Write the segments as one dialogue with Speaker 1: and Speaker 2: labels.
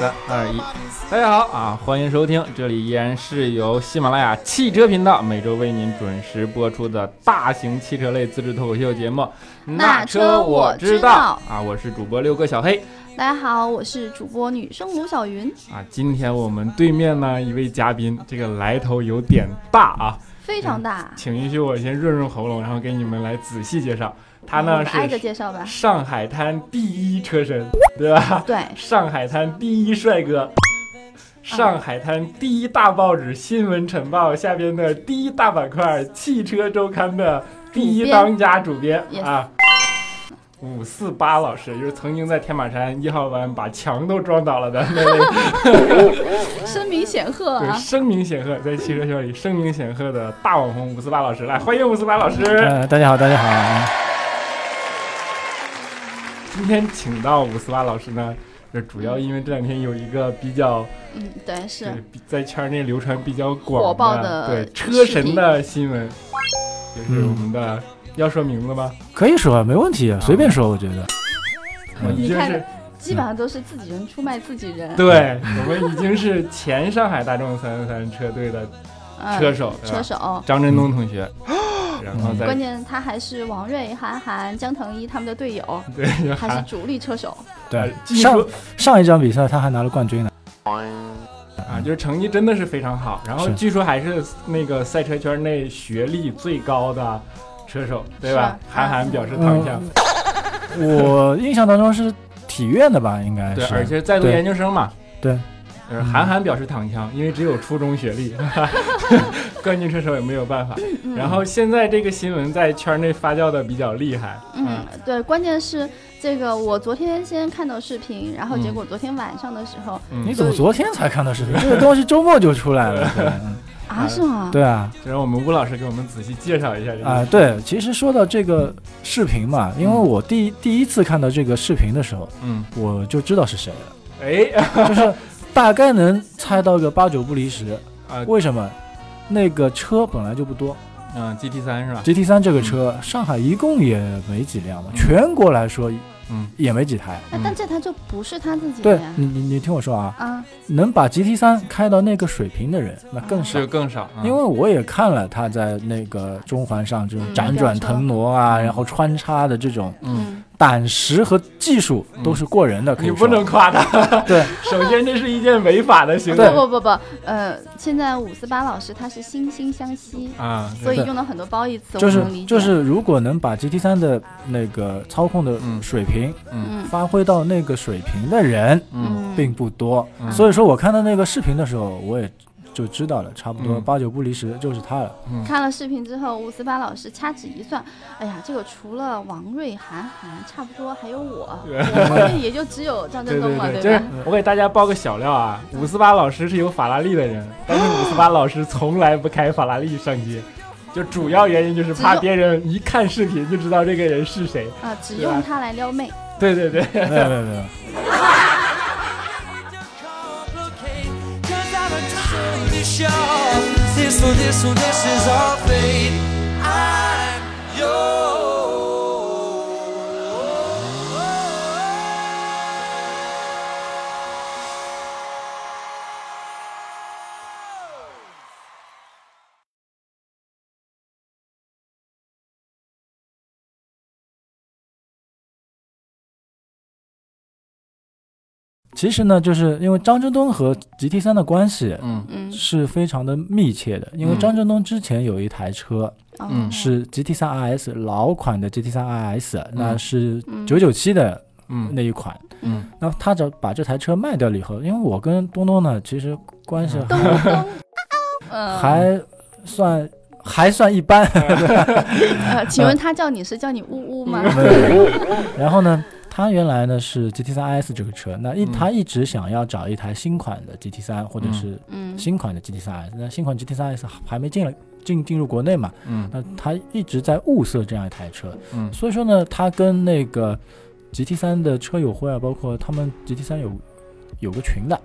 Speaker 1: 三二一，
Speaker 2: 大家好啊，欢迎收听，这里依然是由喜马拉雅汽车频道每周为您准时播出的大型汽车类自制脱口秀节目《
Speaker 3: 那
Speaker 2: 车
Speaker 3: 车
Speaker 2: 我
Speaker 3: 我
Speaker 2: 知
Speaker 3: 知
Speaker 2: 道
Speaker 3: 道》
Speaker 2: 啊，我是主播六哥小黑
Speaker 3: 大家好，我是主播女生吴小云，
Speaker 2: 啊。今天我们对面呢一位嘉宾，这个来头有点大啊，
Speaker 3: 非常大。
Speaker 2: 请允许我先润润喉咙，然后给你们来仔细介绍。他
Speaker 3: 我
Speaker 2: 呢
Speaker 3: 们嗯挨着
Speaker 2: 是
Speaker 3: 介绍吧。
Speaker 2: 上海滩第一车神，对吧？
Speaker 3: 对，
Speaker 2: 上海滩第一帅哥，上海滩第一大报纸《新闻晨报》下边的第一大板块《汽车周刊》的第一当家主编
Speaker 3: 主编
Speaker 2: 啊。五四八老师就是曾经在天马山一号湾把墙都撞倒了的那位，
Speaker 3: 声名显赫
Speaker 2: 对，
Speaker 3: 啊！
Speaker 2: 声名显赫，在汽车圈里声名显赫的大网红五四八老师，来欢迎五四八老师。
Speaker 4: 呃，大家好，大家好。
Speaker 2: 今天请到五四八老师呢，就主要因为这两天有一个比较
Speaker 3: 嗯，对，
Speaker 2: 对
Speaker 3: 是，
Speaker 2: 比在圈内流传比较广
Speaker 3: 火爆的
Speaker 2: 对车
Speaker 3: 视
Speaker 2: 神
Speaker 3: 频
Speaker 2: 的新闻，就是
Speaker 4: 嗯
Speaker 2: 我们的。要说名字吗？
Speaker 4: 可以说，没问题，随便说，我觉得。嗯
Speaker 2: 我已
Speaker 3: 你
Speaker 2: 经
Speaker 3: 看
Speaker 2: 是
Speaker 3: 基本上都是自己人出卖自己人。
Speaker 2: 对，我们已经是前上海大众三三车队的
Speaker 3: 嗯，
Speaker 2: 车手，对吧
Speaker 3: 车手，
Speaker 2: 张振
Speaker 4: 嗯
Speaker 2: 东同 学，然后
Speaker 3: 关
Speaker 2: 在
Speaker 3: 键他还是王瑞、韩寒、江腾一他们的队友，
Speaker 2: 对
Speaker 3: 还是
Speaker 2: 还呃
Speaker 3: 主力车手。
Speaker 4: 对，
Speaker 2: 技
Speaker 4: 上
Speaker 2: 术
Speaker 4: 上一场比赛他还拿了冠军呢。
Speaker 2: 啊，就是成绩真的是非常好。然后
Speaker 4: 是
Speaker 2: 据说还是那个赛车圈内学历最高的车手，对吧？
Speaker 3: 是
Speaker 2: 韩寒表示唐
Speaker 4: 嗯
Speaker 2: 想，
Speaker 4: 我印象当中是体院的吧，应该
Speaker 2: 对，而
Speaker 4: 是。
Speaker 2: 且在读
Speaker 4: 对
Speaker 2: 研究生嘛。
Speaker 4: 对。嗯
Speaker 2: 呃，韩寒表示躺枪，因为只有初中学历， 冠军车手也没有办法。
Speaker 3: 嗯
Speaker 2: 然后现在这个新闻在圈内发酵的比较厉害，啊
Speaker 3: 嗯，对，关键是这个，我昨天先看到视频，然后结果昨天晚上的时候
Speaker 2: 嗯
Speaker 4: 你，怎么昨天才看到视频？ 这个东西周末就出 来了。对嗯
Speaker 3: 啊，是吗？
Speaker 4: 对啊，
Speaker 2: 就让我们吴老师给我们仔细介绍一下这个
Speaker 4: 啊，对，其实说到这个视频嘛，因为
Speaker 2: 嗯
Speaker 4: 我第第一次看到这个视频的时候，
Speaker 2: 嗯，
Speaker 4: 我就知道是谁了，
Speaker 2: 哎，
Speaker 4: 就是大概能猜到个八九不离十
Speaker 2: 啊。
Speaker 4: 为什么？那个车本来就不多，
Speaker 2: 嗯，GT 三是吧？
Speaker 4: GT 三这个车，上海一共也没几辆吧，
Speaker 2: 嗯
Speaker 4: 全国来说
Speaker 2: 嗯，
Speaker 4: 也没几台。
Speaker 3: 哎那但这台就不是他自己的
Speaker 4: 对
Speaker 3: 呀。
Speaker 4: 你，你你听我说啊，
Speaker 3: 啊，
Speaker 4: 能把 GT 三开到那个水平的人，那更少
Speaker 2: 就。更少，嗯
Speaker 4: 因为我也看了他在那个中环上这种
Speaker 3: 嗯
Speaker 4: 辗转腾挪啊，
Speaker 2: 嗯
Speaker 4: 然后穿插的这种
Speaker 2: 嗯，
Speaker 3: 嗯，
Speaker 4: 胆识和技术都是过人的，可以
Speaker 2: 你
Speaker 4: 说
Speaker 2: 不能夸他，
Speaker 4: 对，
Speaker 2: 首先这是一件违法的行
Speaker 4: 对
Speaker 2: 为
Speaker 3: 啊不不不不，呃，现在五四八老师他是惺惺相惜，
Speaker 2: 啊，
Speaker 3: 所以
Speaker 4: 对
Speaker 3: 用了很多褒义词，
Speaker 4: 就
Speaker 3: 我能理
Speaker 4: 是
Speaker 3: 解
Speaker 4: 就是，如果能把 GT 三的那个操控的
Speaker 2: 嗯
Speaker 4: 水平
Speaker 2: 嗯
Speaker 3: 嗯
Speaker 4: 发挥到那个水平的人，
Speaker 2: 嗯
Speaker 4: 并不多，
Speaker 2: 嗯
Speaker 4: 所以说我看到那个视频的时候，我也就知道了，差不多
Speaker 2: 嗯
Speaker 4: 八九不离十就是他了。
Speaker 2: 嗯，
Speaker 3: 看了视频之后，五四八老师掐指一算，哎呀，这个除了王瑞、韩寒，差不多还有我，我后面也就只有张
Speaker 2: 对
Speaker 3: 振东了，
Speaker 2: 对，就是
Speaker 3: 吧？
Speaker 2: 我给大家爆个小料啊，五四八老师是有法拉利的人，但是五四八老师从来不开法拉利上街，就主要原因就是怕别人一看视频就知道这个人是谁。
Speaker 3: 啊，只用他来撩妹，
Speaker 2: 对对对，
Speaker 4: 没有没有没有，
Speaker 5: This, oh, this, oh, this is our fate. I'm yours.
Speaker 4: 其实呢，就是因为张振东和 GT 三的关系
Speaker 2: 嗯
Speaker 3: 嗯，
Speaker 4: 是非常的密切的，因为
Speaker 2: 嗯
Speaker 4: 张振东之前有一台车
Speaker 3: 哦
Speaker 2: 嗯，
Speaker 4: 是 GT 三 RS 老款的 GT 三 RS，那是
Speaker 3: 嗯
Speaker 4: 九九七的
Speaker 2: 嗯
Speaker 4: 那一款。
Speaker 2: 嗯，
Speaker 4: 那他只要把这台车卖掉了以后，因为我跟东东呢其实关系
Speaker 2: 嗯
Speaker 3: 东 东，呃，
Speaker 4: 还算还算一般，啊
Speaker 3: 呃，请问他叫你是叫你呜呜吗？
Speaker 4: 嗯
Speaker 3: 嗯
Speaker 4: 然后呢，他原来呢是 GT 三 IS 这个车，那一、
Speaker 2: 嗯
Speaker 4: 他一直想要找一台新款的 GT 三或者是
Speaker 3: 嗯，
Speaker 4: 新款的 GT 三 IS，、那新款 GT 三 IS 还没进来进进入国内嘛，
Speaker 2: 嗯
Speaker 4: 那他一直在物色这样一台车，
Speaker 2: 嗯
Speaker 4: 所以说呢，他跟那个 GT 三的车友会啊，包括他们 GT 三有有个群的，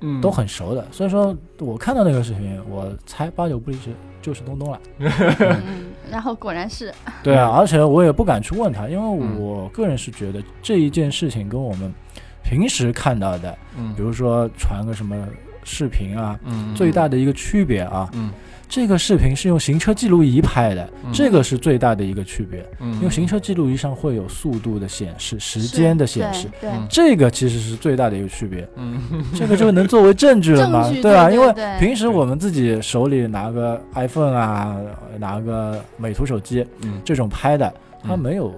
Speaker 2: 嗯，
Speaker 4: 都很熟的，所以说我看到那个视频，我猜八九不离十就是东东了。
Speaker 3: 嗯，然后果然是，
Speaker 4: 啊对啊，而且我也不敢去问他，因为
Speaker 2: 嗯
Speaker 4: 我个人是觉得这一件事情跟我们平时看到的，
Speaker 2: 嗯，
Speaker 4: 比如说传个什么视频啊，
Speaker 2: 嗯
Speaker 4: 最大的一个区别啊，
Speaker 2: 嗯
Speaker 4: 这个视频是用行车记录仪拍的，
Speaker 2: 嗯
Speaker 4: 这个是最大的一个区别，
Speaker 2: 嗯
Speaker 4: 因为行车记录仪上会有速度的显示、时间的显示，
Speaker 3: 对
Speaker 2: 嗯
Speaker 4: 这个其实是最大的一个区 别。
Speaker 2: 嗯
Speaker 4: 这个就能作为证据了嘛
Speaker 3: 证据，对
Speaker 4: 吧？
Speaker 3: 对
Speaker 4: 因为
Speaker 3: 对
Speaker 4: 平时我们自己手里拿个 iPhone 啊，拿个美图手机
Speaker 2: 嗯
Speaker 4: 这种拍的，它
Speaker 2: 嗯
Speaker 4: 没有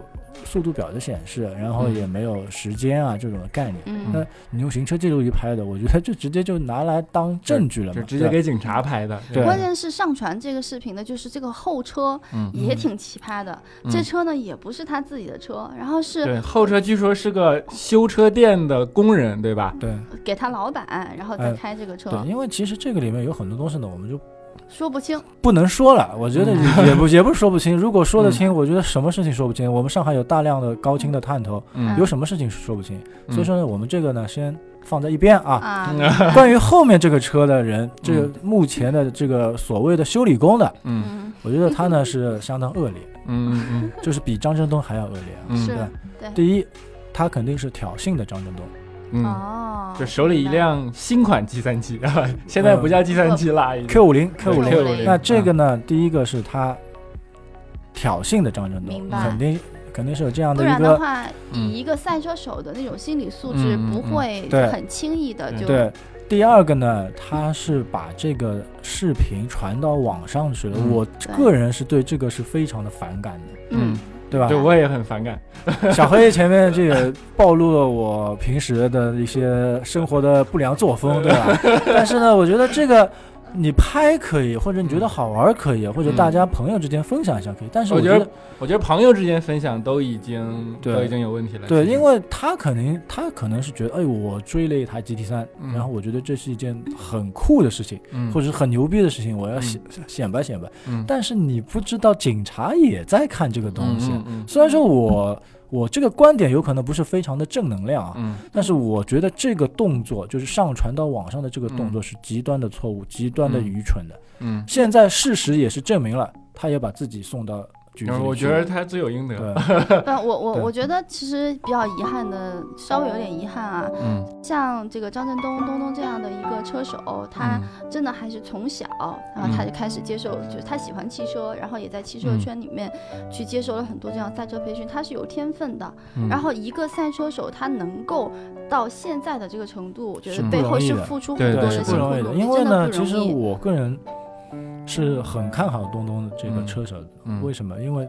Speaker 4: 速度表的显示，然后
Speaker 2: 嗯
Speaker 4: 也没有时间啊这种的概念。
Speaker 3: 嗯
Speaker 4: 那你用行车记录仪拍的，我觉得就直接就拿来当证据了
Speaker 2: 就
Speaker 4: 嘛，
Speaker 2: 直接
Speaker 4: 对吧
Speaker 2: 给警察拍的，
Speaker 4: 嗯对
Speaker 3: 关键是上传这个视频的，就是这个后车
Speaker 2: 嗯
Speaker 3: 也挺奇葩的。
Speaker 2: 嗯
Speaker 3: 这车呢也不是他自己的车，然后是
Speaker 2: 对，后车据说是个修车店的工人，对吧？
Speaker 4: 对
Speaker 3: 给他老板，然后再
Speaker 4: 哎
Speaker 3: 开这个车，
Speaker 4: 对，因为其实这个里面有很多东西呢，我们就
Speaker 3: 说不清。
Speaker 4: 不能说了。我觉得
Speaker 2: 嗯
Speaker 4: 也不 也不是说不清，如果说得清，我觉得什么事情说不清。我们上海有大量的高清的探头，
Speaker 2: 嗯
Speaker 4: 有什么事情是说不清？
Speaker 2: 嗯
Speaker 4: 所以说呢，我们这个呢先放在一边啊。
Speaker 3: 啊，
Speaker 4: 关于后面这个车的人，这个目前的这个所谓的修理工的，
Speaker 2: 嗯
Speaker 3: 嗯，
Speaker 4: 我觉得他呢是相当恶劣，
Speaker 2: 嗯嗯
Speaker 4: 就是比张振东还要恶劣啊。
Speaker 2: 嗯
Speaker 3: 是
Speaker 4: 嗯
Speaker 3: 对，
Speaker 4: 第一，他肯定是挑衅的张振东，
Speaker 2: 嗯嗯，
Speaker 3: 哦，
Speaker 2: 就手里一辆新款计算机， 现在不叫计算机了已经
Speaker 4: Q 五零 Q
Speaker 2: 对
Speaker 4: 五零。
Speaker 3: Q50
Speaker 2: Q50
Speaker 4: 那这个呢，第一个是他挑衅的张振东
Speaker 3: 明，白
Speaker 4: 肯定肯定是有这样
Speaker 3: 不
Speaker 4: 的一
Speaker 3: 然的
Speaker 4: 个
Speaker 3: 话，
Speaker 2: 嗯
Speaker 3: 以一个赛车手的那种心理素质，
Speaker 2: 嗯嗯
Speaker 3: 不
Speaker 2: 嗯
Speaker 3: 会
Speaker 4: 对
Speaker 3: 很轻易的
Speaker 2: 嗯
Speaker 3: 就
Speaker 4: 对。第二个呢，他是把这个视频传到网上去了。
Speaker 2: 嗯
Speaker 4: 我个人是对这个是非常的反感的，
Speaker 3: 嗯
Speaker 2: 嗯，
Speaker 4: 对吧
Speaker 2: 对？我也很反感，
Speaker 4: 小黑前面这也暴露了我平时的一些生活的不良作风，对吧？但是呢，我觉得这个你拍可以，或者你觉得好玩可以，或者大家朋友之间分享一下可以。但
Speaker 2: 嗯
Speaker 4: 是
Speaker 2: 我
Speaker 4: 觉
Speaker 2: 觉得我觉得朋友之间分享都已经
Speaker 4: 对
Speaker 2: 都已经有问题了，
Speaker 4: 对，
Speaker 2: 其实
Speaker 4: 因为他肯定他可能是觉得，哎，我追了一台 GT 三、
Speaker 2: 嗯
Speaker 4: 然后我觉得这是一件很酷的事情，
Speaker 2: 嗯
Speaker 4: 或者是很牛逼的事情，我要
Speaker 2: 嗯
Speaker 4: 显、显摆显摆。
Speaker 2: 嗯
Speaker 4: 但是你不知道，警察也在看这个东西。
Speaker 2: 嗯嗯
Speaker 4: 虽然说我我这个观点有可能不是非常的正能量啊，
Speaker 2: 嗯
Speaker 4: 但是我觉得这个动作就是上传到网上的这个动作是极端的错误、极端的愚蠢的。
Speaker 2: 嗯，
Speaker 4: 现在事实也是证明了，他也把自己送到局子
Speaker 2: 然
Speaker 4: 里
Speaker 2: 后
Speaker 4: 去。
Speaker 2: 嗯我觉得他罪有应得，
Speaker 4: 对，
Speaker 2: 嗯
Speaker 3: 不，我我
Speaker 4: 对
Speaker 3: 我觉得其实比较遗憾的，稍微有点遗憾啊。
Speaker 2: 嗯
Speaker 3: 像这个张振东、东东这样的一个车手，
Speaker 2: 嗯
Speaker 3: 他真的还是从小，然后他
Speaker 4: 嗯
Speaker 3: 就开始接受，就是他喜欢汽车，然后也在汽车
Speaker 2: 嗯
Speaker 3: 圈里面去接受了很多这样赛车培训，他是有天分的。
Speaker 2: 嗯
Speaker 3: 然后一个赛车手他能够到现在的这个程度，我觉
Speaker 4: 是
Speaker 3: 得
Speaker 4: 不
Speaker 3: 背
Speaker 4: 容
Speaker 3: 后
Speaker 4: 易
Speaker 3: 是
Speaker 4: 的
Speaker 3: 付出
Speaker 2: 对
Speaker 3: 很多
Speaker 2: 对
Speaker 3: 的
Speaker 2: 是
Speaker 4: 是
Speaker 3: 辛
Speaker 4: 不
Speaker 3: 苦
Speaker 4: 容易
Speaker 3: 努
Speaker 4: 的，
Speaker 3: 力，
Speaker 4: 因为
Speaker 3: 真的，
Speaker 4: 呢
Speaker 3: 不
Speaker 4: 其
Speaker 3: 容
Speaker 4: 实
Speaker 3: 易。
Speaker 4: 我个人是很看好东东的这个车手的，
Speaker 2: 嗯
Speaker 4: 为什么？因为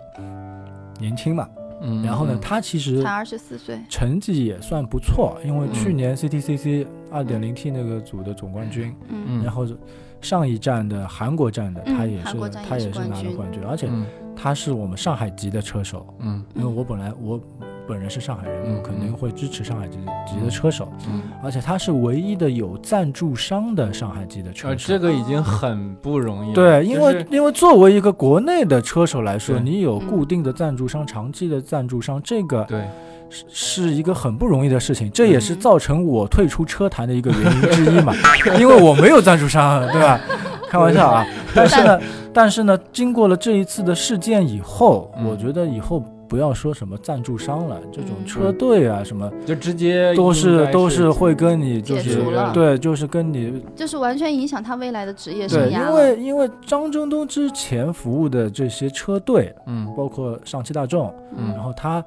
Speaker 4: 年轻嘛，
Speaker 2: 嗯，
Speaker 4: 然后呢，
Speaker 2: 嗯
Speaker 4: 他其实
Speaker 3: 才二十四岁，
Speaker 4: 成绩也算不错，因为
Speaker 3: 嗯
Speaker 4: 去年 CTCC 二点零 T 那个组的总冠军，
Speaker 3: 嗯
Speaker 2: 嗯
Speaker 4: 然后上一站的韩国站的
Speaker 3: 嗯
Speaker 4: 他也
Speaker 3: 韩
Speaker 4: 是、
Speaker 3: 国站
Speaker 4: 他
Speaker 3: 也是
Speaker 4: 也是拿了
Speaker 3: 冠军
Speaker 4: 冠军，而且
Speaker 2: 嗯
Speaker 4: 他是我们上海籍的车手，
Speaker 2: 嗯
Speaker 4: 因为我本来我本人是上海人，
Speaker 2: 嗯
Speaker 4: 我肯定会支持上海籍籍的车手，
Speaker 2: 嗯，
Speaker 4: 而且他是唯一的有赞助商的上海籍的车
Speaker 2: 呃，
Speaker 4: 手。
Speaker 2: 这个已经很不容易了，
Speaker 4: 对，因
Speaker 2: 就
Speaker 4: 为、
Speaker 2: 是
Speaker 4: 因为作为一个国内的车手来说，
Speaker 2: 对
Speaker 4: 你有
Speaker 3: 嗯
Speaker 4: 固定的赞助商、长期的赞助商，这个
Speaker 2: 对，
Speaker 4: 是是一个很不容易的事情，这也是
Speaker 3: 嗯
Speaker 4: 造成我退出车坛的一个原因之一嘛，因为我没有赞助商，对吧？开玩笑啊，但是呢，但是呢，经过了这一次的事件以后，
Speaker 2: 嗯
Speaker 4: 我觉得以后不要说什么赞助商了，这种
Speaker 3: 嗯
Speaker 4: 车队啊什么，
Speaker 2: 就直接
Speaker 4: 都
Speaker 2: 应
Speaker 4: 是
Speaker 2: 该
Speaker 4: 都
Speaker 2: 是
Speaker 4: 是会跟你就
Speaker 3: 解
Speaker 4: 是
Speaker 3: 除了
Speaker 4: 对，就是跟你
Speaker 3: 就是完全影响他未来的职业生
Speaker 4: 对，
Speaker 3: 涯
Speaker 4: 因
Speaker 3: 了。
Speaker 4: 为因为张振东之前服务的这些车队，
Speaker 2: 嗯
Speaker 4: 包括上汽大众，
Speaker 2: 嗯
Speaker 4: 然后他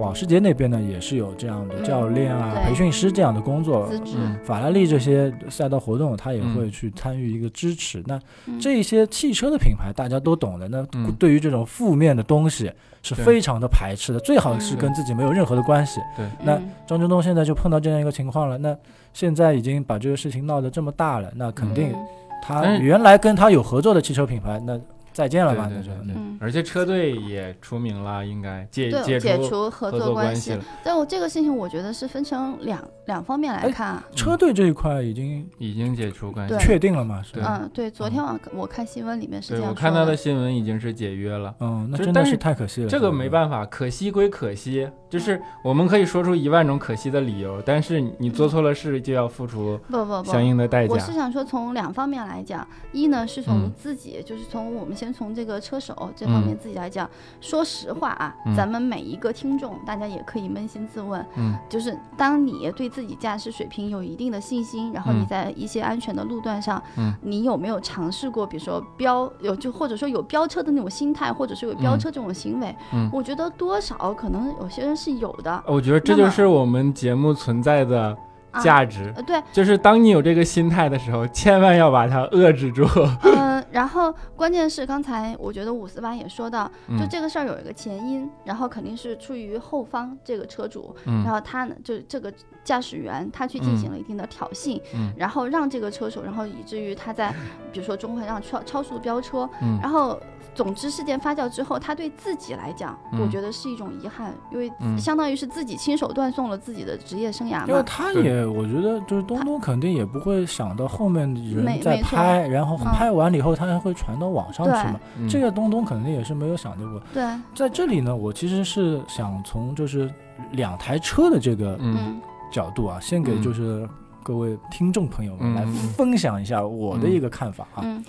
Speaker 4: 保时捷那边呢也是有这样的教练啊、
Speaker 3: 嗯对
Speaker 4: 培训师这样的工作，
Speaker 3: 资质，
Speaker 2: 嗯
Speaker 4: 法拉利这些赛道活动他也
Speaker 2: 嗯
Speaker 4: 会去参与一个支持。那
Speaker 3: 嗯
Speaker 4: 这些汽车的品牌大家都懂的，那
Speaker 2: 嗯
Speaker 4: 对于这种负面的东西是
Speaker 2: 对
Speaker 4: 非常的排斥的，最好是
Speaker 3: 嗯
Speaker 4: 跟自己没有任何的关系。那
Speaker 3: 嗯
Speaker 4: 张振东现在就碰到这样一个情况了，那现在已经把这个事情闹得这么大了，那肯定
Speaker 3: 嗯
Speaker 4: 他
Speaker 2: 但是
Speaker 4: 原来跟他有合作的汽车品牌，那再见了吧，
Speaker 2: 哎对
Speaker 4: 那
Speaker 2: 对
Speaker 4: 就
Speaker 2: 对
Speaker 4: 嗯
Speaker 3: 嗯
Speaker 2: 而且车队也除名了，应该解
Speaker 3: 对
Speaker 2: 解
Speaker 3: 解除
Speaker 2: 合
Speaker 3: 合
Speaker 2: 作
Speaker 3: 作关
Speaker 2: 系
Speaker 3: 系
Speaker 2: 了，，
Speaker 3: 但我这个事情我觉得是分成两两方面来
Speaker 4: 哎
Speaker 3: 看啊。
Speaker 4: 车队这一块已经
Speaker 2: 已经解除关系
Speaker 3: 对。
Speaker 4: 确定了嘛，是
Speaker 2: 对
Speaker 4: 吧？
Speaker 3: 嗯，对，昨天晚我看新闻里面是
Speaker 2: 对
Speaker 3: 这样
Speaker 2: 我
Speaker 3: 说
Speaker 2: 看到的新闻已经是解约了。
Speaker 4: 嗯，那
Speaker 2: 就是
Speaker 4: 真的
Speaker 2: 但
Speaker 4: 是
Speaker 2: 是
Speaker 4: 太可惜了，
Speaker 2: 这个没
Speaker 4: 法，
Speaker 2: 办法，可惜归可惜，就是我们可以说出一万种可惜的理由，但是你做错了事就要付出
Speaker 3: 哦不不不
Speaker 2: 相，应的代价
Speaker 3: 我。是想说从两方面来讲，一呢是从
Speaker 2: 嗯
Speaker 3: 自己，就是从我们先从这个车手这方面自己来讲。说实话啊，
Speaker 2: 嗯
Speaker 3: 咱们每一个听众，大家也可以扪心自问，
Speaker 2: 嗯
Speaker 3: 就是当你对自己驾驶水平有一定的信心，然后你
Speaker 2: 嗯
Speaker 3: 在一些安全的路段上，
Speaker 2: 嗯
Speaker 3: 你有没有尝试过，比如说飙有就或者说有飙车的那种心态，或者是有飙车这种行为？
Speaker 2: 嗯
Speaker 3: 我觉得多少可能有些人是有的。
Speaker 2: 哦我觉得这就是我们节目存在的
Speaker 3: 啊、
Speaker 2: 价值，
Speaker 3: 呃对，
Speaker 2: 就是当你有这个心态的时候，千万要把它遏制住。
Speaker 3: 嗯，然后关键是刚才我觉得五四八也说到，就
Speaker 2: 嗯
Speaker 3: 这个事儿有一个前因，然后肯定是出于后方这个车主，
Speaker 2: 嗯
Speaker 3: 然后他呢就这个驾驶员他去进行了一定的挑衅，
Speaker 2: 嗯
Speaker 3: 然后让这个车手，然后以至于他在比如说中环上超超速飙车，
Speaker 2: 嗯
Speaker 3: 然后总之事件发酵之后，他对自己来讲，我
Speaker 2: 嗯
Speaker 3: 觉得是一种遗憾，因为
Speaker 2: 嗯
Speaker 3: 相当于是自己亲手断送了自己的职业生涯
Speaker 4: 因为
Speaker 3: 嘛。
Speaker 4: 他
Speaker 2: 对
Speaker 4: 也，我觉得就是东东肯定也不会想到后面
Speaker 3: 没
Speaker 4: 人在
Speaker 3: 没错
Speaker 4: 拍，然后
Speaker 3: 嗯
Speaker 4: 拍完了以后他还会传到网上去嘛。
Speaker 2: 嗯
Speaker 4: 这个东东肯定也是没有想到过。
Speaker 3: 对，
Speaker 4: 在这里呢，我其实是想从就是两台车的这个
Speaker 2: 嗯
Speaker 3: 嗯
Speaker 4: 角度啊，先给
Speaker 2: 嗯
Speaker 4: 就是各位听众朋友们
Speaker 2: 嗯
Speaker 4: 来分享一下我的一个看法啊。
Speaker 3: 嗯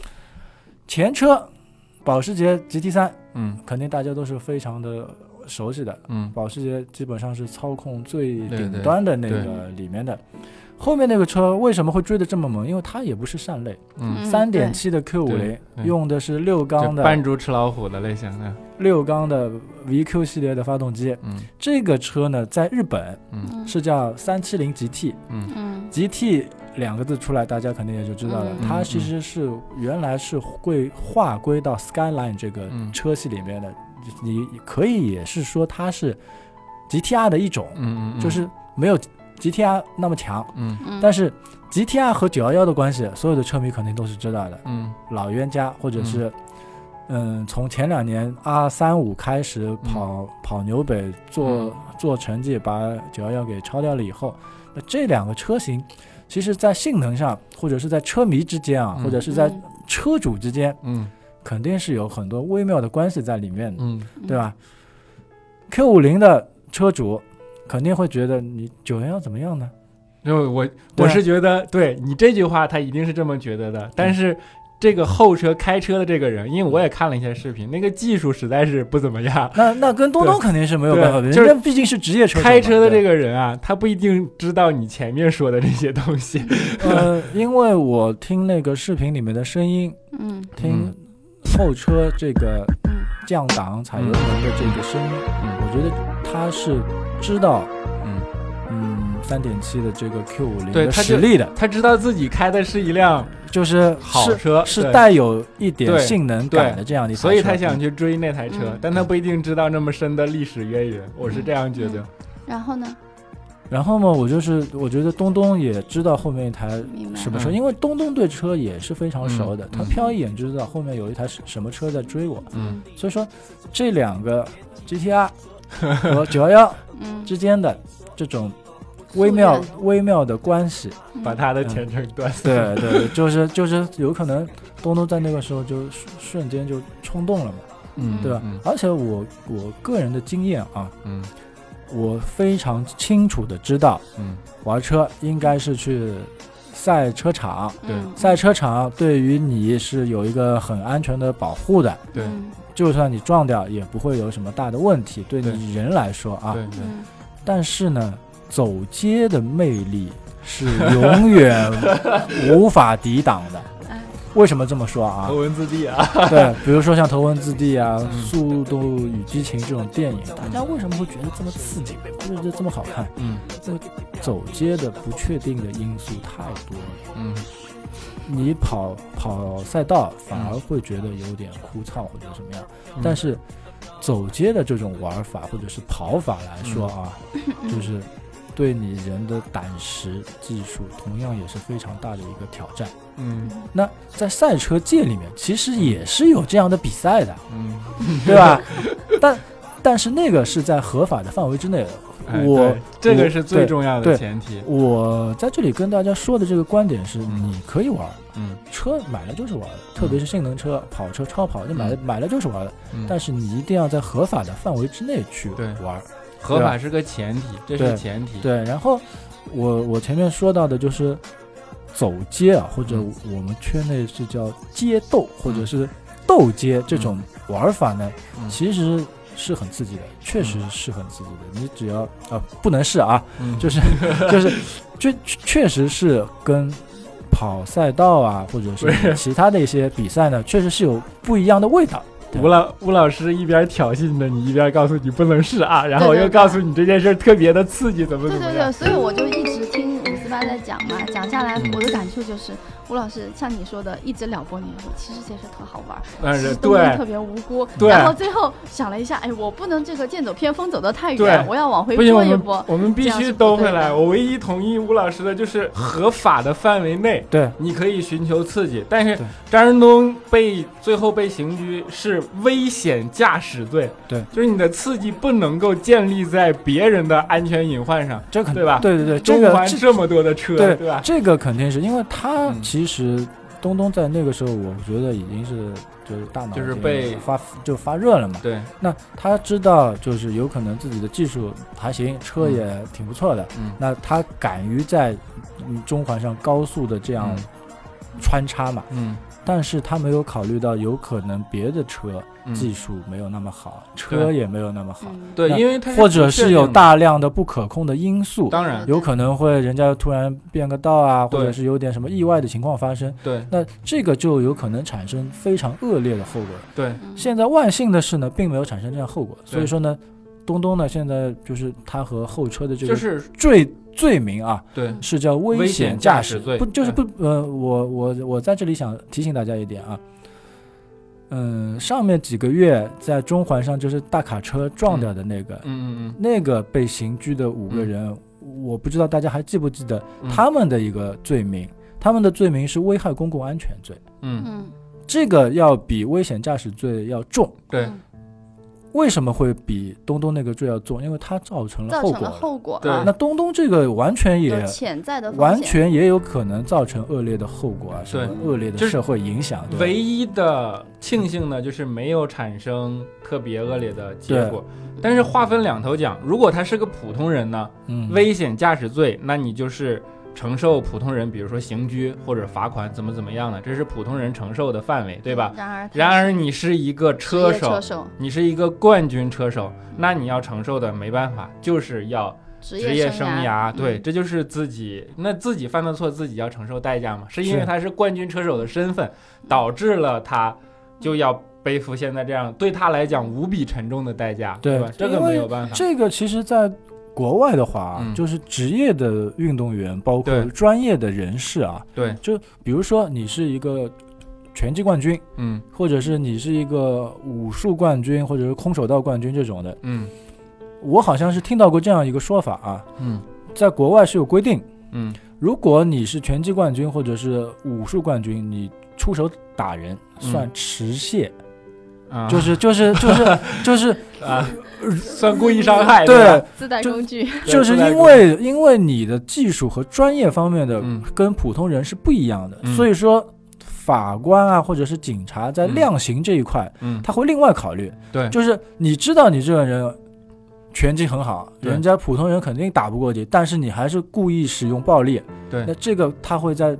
Speaker 4: 前车，保时捷 GT 三
Speaker 2: 嗯
Speaker 4: 肯定大家都是非常的熟悉的，
Speaker 2: 嗯
Speaker 4: 保时捷基本上是操控最
Speaker 2: 对
Speaker 4: 顶
Speaker 2: 对
Speaker 4: 端的那
Speaker 2: 对
Speaker 4: 个里面的。后面那个车为什么会追得这么猛？因为它也不是善类，
Speaker 2: 嗯，
Speaker 3: 嗯
Speaker 4: 三点七的 Q 五零
Speaker 2: 对对
Speaker 4: 用的是六缸
Speaker 2: 就扮
Speaker 4: 的
Speaker 2: 猪吃老虎的类型的，
Speaker 4: 六缸的 VQ 系列的发动机。
Speaker 2: 嗯
Speaker 4: 这个车呢，在日本
Speaker 2: 嗯
Speaker 3: 嗯
Speaker 4: 是叫三七零 GT，GT
Speaker 2: 嗯
Speaker 3: 嗯
Speaker 4: 两个字出来，大家肯定也就知道了。
Speaker 3: 嗯
Speaker 4: 它其实是原来是归划归到 Skyline 这个
Speaker 2: 嗯
Speaker 4: 车系里面的，你可以也是说它是 GTR 的一种，
Speaker 2: 嗯，嗯
Speaker 4: 就是没有 GTR 那么强，
Speaker 2: 嗯
Speaker 3: 嗯，
Speaker 4: 但
Speaker 3: 是
Speaker 4: 是 GTR 和911的关系，所有的车迷肯定都是知道的。
Speaker 2: 嗯
Speaker 4: 老冤家，或者是，嗯，从前两年 R 三五开始跑、跑纽北做、
Speaker 2: 嗯
Speaker 4: 做成绩，把911给超掉了以后，那这两个车型，其实在性能上，或者是在车迷之间啊，
Speaker 2: 嗯
Speaker 4: 或者是在车主之间，
Speaker 2: 嗯
Speaker 4: 肯定是有很多微妙的关系在里面的，
Speaker 2: 嗯
Speaker 4: 对？吧？Q 五零的车主肯定会觉得你911怎么样呢？
Speaker 2: 因为我我
Speaker 4: 对啊
Speaker 2: 是觉得，对你这句话，他一定是这么觉得的。但是这个后车开车的这个人，因为我也看了一些视频，那个技术实在是不怎么样。
Speaker 4: 那那跟东东肯定是没有办法比，
Speaker 2: 对就是
Speaker 4: 人家毕竟是职业车手嘛
Speaker 2: 开车的
Speaker 4: 对
Speaker 2: 这个人啊，他不一定知道你前面说的这些东西。
Speaker 4: 呃，因为我听那个视频里面的声音，
Speaker 3: 嗯
Speaker 4: 听后车这个
Speaker 3: 嗯
Speaker 4: 降档踩油门的这个声音，我觉得他是知道，
Speaker 2: 嗯
Speaker 4: 嗯，三点七的这个 Q 五零
Speaker 2: 对
Speaker 4: 的
Speaker 2: 他
Speaker 4: 实
Speaker 2: 就
Speaker 4: 力的，
Speaker 2: 他知道自己开的是一辆
Speaker 4: 就是
Speaker 2: 好
Speaker 4: 是
Speaker 2: 车，
Speaker 4: 是
Speaker 2: 对
Speaker 4: 带有一点
Speaker 2: 对
Speaker 4: 性能感的这样的一台车，
Speaker 2: 所以他想去追那台车
Speaker 3: 嗯，
Speaker 2: 但他不一定知道那么深的历史渊源。我是这样觉得。
Speaker 3: 然后呢？
Speaker 4: 然后嘛，我就是我觉得东东也知道后面一台
Speaker 3: 明白
Speaker 4: 什么车，
Speaker 2: 嗯
Speaker 4: 因为东东对车也是非常熟的，
Speaker 2: 嗯
Speaker 4: 他瞟一眼就知道后面有一台什么车在追我。
Speaker 2: 嗯
Speaker 4: 所以说，这两个 GTR 和九幺幺
Speaker 3: 嗯，
Speaker 4: 之间的这种微妙
Speaker 3: 夙
Speaker 4: 微妙的关系，
Speaker 3: 嗯
Speaker 2: 把他的前程断送。
Speaker 4: 对对，就是就是有可能东东在那个时候就瞬瞬间就冲动了嘛，
Speaker 2: 嗯
Speaker 4: 对吧？
Speaker 2: 嗯
Speaker 4: 而且我我个人的经验啊，
Speaker 2: 嗯
Speaker 4: 我非常清楚的知道，
Speaker 2: 嗯
Speaker 4: 玩车应该是去赛车场。
Speaker 2: 对
Speaker 3: 嗯
Speaker 4: 赛车场对于你是有一个很安全的保护的，
Speaker 2: 对
Speaker 3: 嗯
Speaker 4: 就算你撞掉也不会有什么大的问题。对
Speaker 2: 对
Speaker 4: 你人来说啊，
Speaker 2: 对对
Speaker 3: 嗯
Speaker 4: 但是呢，走街的魅力是永远无法抵挡 的。
Speaker 3: 哎
Speaker 4: 为什么这么说啊
Speaker 2: 头？文字 D 啊。
Speaker 4: 对，比如说像《头文字 D》啊，
Speaker 2: 嗯
Speaker 4: 《速度与激情》这种电影，大家为什么会觉得这么刺激，觉得这么好看？
Speaker 2: 嗯
Speaker 4: 走街的不确定的因素太多了，
Speaker 2: 嗯
Speaker 4: 你跑跑赛道反而会觉得有点枯燥或者什么样，
Speaker 2: 嗯
Speaker 4: 但是走街的这种玩法或者是跑法来说啊，
Speaker 3: 嗯
Speaker 2: 嗯
Speaker 4: 就是对你人的胆识技术，同样也是非常大的一个挑战。
Speaker 2: 嗯
Speaker 4: 那在赛车界里面，其实也是有这样的比赛的，
Speaker 2: 嗯，
Speaker 4: 对吧？但但是那个是在合法的范围之内的。
Speaker 2: 哎
Speaker 4: 我
Speaker 2: 对这
Speaker 4: 我
Speaker 2: 个是最
Speaker 4: 对
Speaker 2: 重要的
Speaker 4: 对
Speaker 2: 前提。
Speaker 4: 我在这里跟大家说的这个观点是，
Speaker 2: 嗯
Speaker 4: 你可以玩
Speaker 2: 嗯，
Speaker 4: 车，买了就是玩的，特别是性能车、跑车、超跑，你买了买了就是玩的。
Speaker 2: 嗯
Speaker 4: 但是你一定要在合法的范围之内去
Speaker 2: 对
Speaker 4: 玩。
Speaker 2: 合法是个前提，这
Speaker 4: 啊对
Speaker 2: 是前提。
Speaker 4: 对，然后我我前面说到的就是走街啊，或者
Speaker 2: 嗯
Speaker 4: 我们圈内是叫街斗，或者是斗街这种玩法呢，
Speaker 2: 嗯
Speaker 4: 其实是很刺激的，确实是很刺激的。你只要啊、不能是啊，
Speaker 2: 嗯
Speaker 4: 就是就是，确确实是跟跑赛道啊，或者
Speaker 2: 不是
Speaker 4: 是其他的一些比赛呢，确实是有不一样的味道。
Speaker 2: 吴老吴老师一边挑衅着你，一边告诉你不能试啊，然后
Speaker 3: 对对
Speaker 2: 又告诉你这件事儿特别的刺激，怎么
Speaker 3: 嗯
Speaker 2: 怎
Speaker 3: 对
Speaker 2: 么
Speaker 3: 对对，
Speaker 2: 样。
Speaker 3: 所以我就一直听五四八在讲嘛，讲下来
Speaker 2: 嗯
Speaker 3: 我的感触就是，吴老师像你说的，一直撩拨你说，其实这事特好玩儿，
Speaker 2: 但
Speaker 3: 其
Speaker 2: 是
Speaker 3: 实东西
Speaker 2: 对
Speaker 3: 特别无辜。
Speaker 2: 对
Speaker 3: 然后最后想了一下，哎，我不能这个剑走偏锋走得太
Speaker 2: 对
Speaker 3: 远，我要往回
Speaker 2: 不行，我
Speaker 3: 拨一
Speaker 2: 们
Speaker 3: 拨。
Speaker 2: 我们必
Speaker 3: 这样
Speaker 2: 须
Speaker 3: 是不
Speaker 2: 兜
Speaker 3: 对
Speaker 2: 回来。
Speaker 3: 的
Speaker 2: 我唯一同意吴老师的就是合法的范围内，
Speaker 4: 对，
Speaker 2: 你可以寻求刺激。但是
Speaker 4: 对
Speaker 2: 张仁东被最后被刑拘是危险驾驶罪，
Speaker 4: 对，
Speaker 2: 就是你的刺激不能够建立在别人的安全隐患上。
Speaker 4: 这肯
Speaker 2: 对吧
Speaker 4: 对对对，这
Speaker 2: 中
Speaker 4: 个
Speaker 2: 环
Speaker 4: 这
Speaker 2: 这么多的车，
Speaker 4: 对
Speaker 2: 吧？
Speaker 4: 这个肯定是因为他
Speaker 2: 嗯
Speaker 4: 其实东东在那个时候，我觉得已经是就是大脑
Speaker 2: 就是
Speaker 4: 已经
Speaker 2: 被
Speaker 4: 发就发热了嘛。
Speaker 2: 对，
Speaker 4: 那他知道就是有可能自己的技术还行，车也挺不错的。
Speaker 2: 嗯
Speaker 4: 那他敢于在嗯中环上高速的这样
Speaker 2: 嗯
Speaker 4: 穿插嘛？
Speaker 2: 嗯，
Speaker 4: 但是他没有考虑到有可能别的车
Speaker 2: 嗯
Speaker 4: 技术没有那么好，车也没有那么好，
Speaker 3: 嗯，
Speaker 2: 对，
Speaker 4: 那
Speaker 2: 因为他
Speaker 4: 或者是有，大量的不可控的因素。
Speaker 2: 当然
Speaker 4: 有可能会人家突然变个道啊，
Speaker 2: 嗯对
Speaker 4: 或者是有点什么意外的情况发生，
Speaker 2: 对
Speaker 4: 那这个就有可能产生非常恶劣的后果。
Speaker 2: 对，
Speaker 3: 嗯
Speaker 4: 现在万幸的是呢，并没有产生这样后果，所
Speaker 2: 对
Speaker 4: 以说呢，东东呢现在就是他和后车的这
Speaker 2: 就
Speaker 4: 个
Speaker 2: 是
Speaker 4: 罪罪名啊，
Speaker 2: 对，
Speaker 4: 是叫危
Speaker 2: 险
Speaker 4: 险
Speaker 2: 驾
Speaker 4: 驾
Speaker 2: 驶
Speaker 4: 驶
Speaker 2: 罪嗯
Speaker 4: 不就是不呃，我我我在这里想提醒大家一点啊，嗯，上面几个月在中环上就是大卡车撞掉的那个，
Speaker 2: 嗯嗯
Speaker 4: 那个被刑拘的五个人，我不知道大家还记不记得
Speaker 2: 嗯，
Speaker 4: 他们的一个罪名，他们的罪名是危害公共安全罪，
Speaker 2: 嗯嗯，
Speaker 3: 嗯，
Speaker 4: 这个要比危险驾驶罪要重。
Speaker 2: 对
Speaker 3: 嗯
Speaker 4: 为什么会比东东那个罪要重？因为它造成了
Speaker 3: 造成
Speaker 4: 后果
Speaker 3: 了
Speaker 4: 了。
Speaker 3: 后果
Speaker 2: 对
Speaker 3: 啊
Speaker 4: 那，东东这个完全也
Speaker 3: 有潜在的风
Speaker 4: 完
Speaker 3: 险。
Speaker 4: 全也有可能造成恶劣的后果啊，什
Speaker 2: 对
Speaker 4: 么恶劣
Speaker 2: 就
Speaker 4: 的
Speaker 2: 是
Speaker 4: 社会影响，对吧
Speaker 2: 唯一的庆幸呢，就是没有产生特别恶劣的结果。但是话分两头讲，如果他是个普通人呢，
Speaker 4: 嗯
Speaker 2: 危险驾驶罪，那你就是承受普通人，比如说刑拘或者罚款，怎么怎么样的，这是普通人承受的范围，对
Speaker 4: 嗯
Speaker 2: 吧？
Speaker 3: 嗯然而，
Speaker 2: 然而你是一个
Speaker 3: 职
Speaker 2: 车
Speaker 3: 业
Speaker 2: 手
Speaker 3: 车，手，嗯
Speaker 2: 你是一个冠军车手，那你要承受的没办法，就是要
Speaker 3: 职
Speaker 2: 职业生
Speaker 3: 生
Speaker 2: 涯。对，
Speaker 3: 嗯
Speaker 2: 这就是自己，那自己犯的错，自己要承受代价嘛。是因为
Speaker 4: 是
Speaker 2: 他是冠军车手的身份，导致了他就要背负现在这样对他来讲无比沉重的代价，
Speaker 4: 对
Speaker 2: 吧？这个
Speaker 4: 因为
Speaker 2: 没有办法。
Speaker 4: 这个其实，在国外的话啊，
Speaker 2: 嗯
Speaker 4: 就是职业的运动员，包括
Speaker 2: 对
Speaker 4: 专业的人士啊，
Speaker 2: 对，
Speaker 4: 就比如说你是一个拳击冠军，
Speaker 2: 嗯
Speaker 4: 或者是你是一个武术冠军，或者是空手道冠军这种的，
Speaker 2: 嗯
Speaker 4: 我好像是听到过这样一个说法啊，
Speaker 2: 嗯
Speaker 4: 在国外是有规定，
Speaker 2: 嗯，
Speaker 4: 如果你是拳击冠军或者是武术冠军，你出手打人
Speaker 2: 嗯
Speaker 4: 算持械，
Speaker 2: 啊
Speaker 4: 就是就是就是 就是
Speaker 2: 啊，算故意伤害，
Speaker 4: 对
Speaker 2: 吧，
Speaker 3: 自带
Speaker 4: 就
Speaker 3: 工具，
Speaker 2: 对
Speaker 4: 就是
Speaker 2: 不太
Speaker 4: 因
Speaker 2: 公
Speaker 4: 为因为你的技术和专业方面的
Speaker 2: 嗯
Speaker 4: 跟普通人是不一样的，
Speaker 2: 嗯
Speaker 4: 所以说法官啊或者是警察在
Speaker 2: 嗯
Speaker 4: 量刑这一块，
Speaker 2: 嗯，
Speaker 4: 他会另外考虑。
Speaker 2: 对
Speaker 4: 就是你知道你这个人拳击很好，
Speaker 2: 对
Speaker 4: 人家普通人肯定打不过你，但是你还是故意使用暴力，
Speaker 2: 对
Speaker 4: 那这个他会在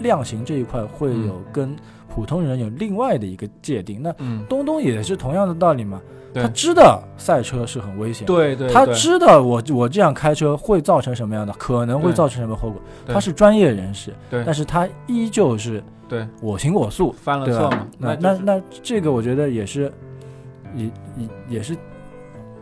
Speaker 4: 量刑这一块会
Speaker 2: 嗯
Speaker 4: 有跟普通人有另外的一个界定。那
Speaker 2: 嗯，
Speaker 4: 东东也是同样的道理嘛，
Speaker 2: 对
Speaker 4: 他知道赛车是很危险的。
Speaker 2: 对对，
Speaker 4: 他
Speaker 2: 对
Speaker 4: 知道我我这样开车会造成什么样的，可能会
Speaker 2: 对
Speaker 4: 造成什么后果。
Speaker 2: 对
Speaker 4: 他是专业人士，
Speaker 2: 对
Speaker 4: 但是他依旧是
Speaker 2: 对
Speaker 4: 我行我素，
Speaker 2: 犯了
Speaker 4: 对
Speaker 2: 错
Speaker 4: 吧
Speaker 2: 嘛？？
Speaker 4: 那
Speaker 2: 啊那
Speaker 4: 那
Speaker 2: 就是
Speaker 4: 那这个我觉得也是，也也也是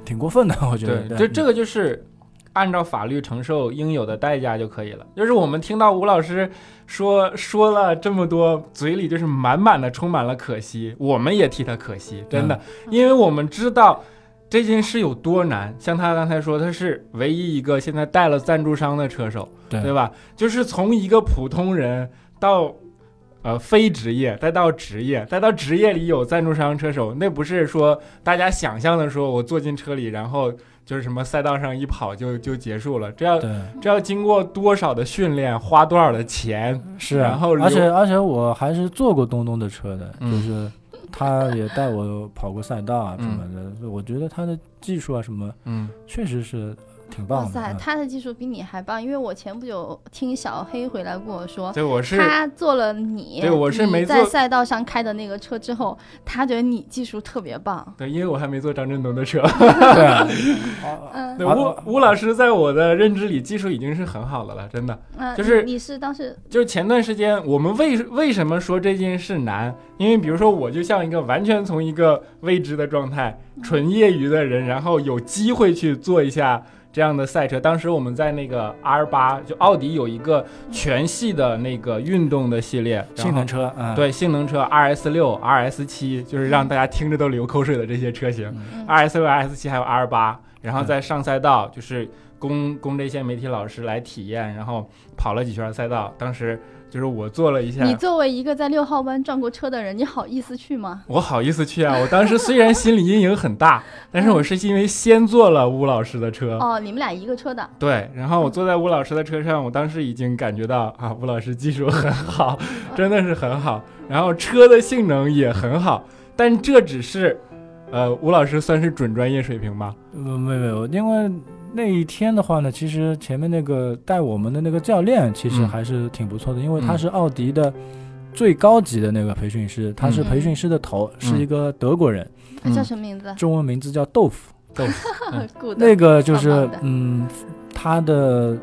Speaker 4: 挺过分的，我觉得。
Speaker 2: 对，这这
Speaker 4: 个
Speaker 2: 个就是按照法律承受应有的代价就可以了。就是我们听到吴老师说说了这么多，嘴里就是满满的充满了可惜，我们也替他可惜，真的，
Speaker 3: 嗯
Speaker 2: 因为我们知道。这件事有多难？像他刚才说，他是唯一一个现在带了赞助商的车手，
Speaker 4: 对
Speaker 2: 对吧？就是从一个普通人到呃非职业，再到职业，再到职业里有赞助商车手，那不是说大家想象的说我坐进车里，然后就是什么赛道上一跑就就结束了，这要
Speaker 4: 对
Speaker 2: 这要经过多少的训练，花多少的钱，
Speaker 4: 是啊，
Speaker 2: 然后
Speaker 4: 而且
Speaker 2: 留
Speaker 4: 而且我还是坐过东东的车的，
Speaker 2: 嗯
Speaker 4: 就是他也带我跑过赛道啊
Speaker 2: 嗯
Speaker 4: 什么的，我觉得他的技术啊什么
Speaker 2: 嗯，
Speaker 4: 确实是挺
Speaker 3: 哇
Speaker 4: 棒的。
Speaker 3: 塞，
Speaker 4: 嗯
Speaker 3: 他的技术比你还棒，因为我前不久听小黑回来跟我说，
Speaker 2: 对，我是
Speaker 3: 他做了你，
Speaker 2: 对我是没
Speaker 3: 你在
Speaker 2: 做
Speaker 3: 赛道上开的那个车之后，他觉得你技术特别棒。
Speaker 2: 对，因为我还没坐张振东的车。
Speaker 4: 对啊， 啊
Speaker 3: 嗯，
Speaker 2: 对，
Speaker 4: 啊
Speaker 2: 吴吴老师在我的认知里，技术已经是很好的了，真的。
Speaker 3: 那
Speaker 2: 就是
Speaker 3: 嗯呃你你是当时
Speaker 2: 就是前段时间，我们为为什么说这件事难？因为比如说，我就像一个完全从一个未知的状态，纯业余的人，然后有机会去做一下这样的赛车。当时我们在那个 R 八，就奥迪有一个全系的那个运动的系列，然后
Speaker 4: 性能车，嗯，，
Speaker 2: 对性能车 RS 六、RS 七，就是让大家听着都流口水的这些车型。
Speaker 3: 嗯
Speaker 2: RS 六、RS 七还有 R 八，然后再上赛道，就是供供这些媒体老师来体验，然后跑了几圈赛道。当时就是我做了一下，
Speaker 3: 你作为一个在六号弯转过车的人，你好意思去吗？
Speaker 2: 我好意思去啊！我当时虽然心理阴影很 大，但是我是因为先坐了吴老师的车，
Speaker 3: 哦，嗯你们俩一个车的，
Speaker 2: 对，然后我坐在吴老师的车上，我当时已经感觉到啊，吴老师技术很 好，真的是很好，然后车的性能也很好，但这只是，呃，吴老师算是准专业水平吧？
Speaker 4: 呃，没有没有，因为那一天的话呢，其实前面那个带我们的那个教练其实
Speaker 2: 嗯
Speaker 4: 还是挺不错的，因为
Speaker 2: 嗯
Speaker 4: 他是奥迪的最高级的那个培训师，他是培训师的头，是一个德国人，
Speaker 2: 嗯
Speaker 3: 叫什么 名字？
Speaker 4: 中文名字叫豆腐。
Speaker 2: 嗯
Speaker 3: Good
Speaker 4: 那个就
Speaker 3: 棒
Speaker 4: 是
Speaker 3: 棒的
Speaker 4: 嗯，他的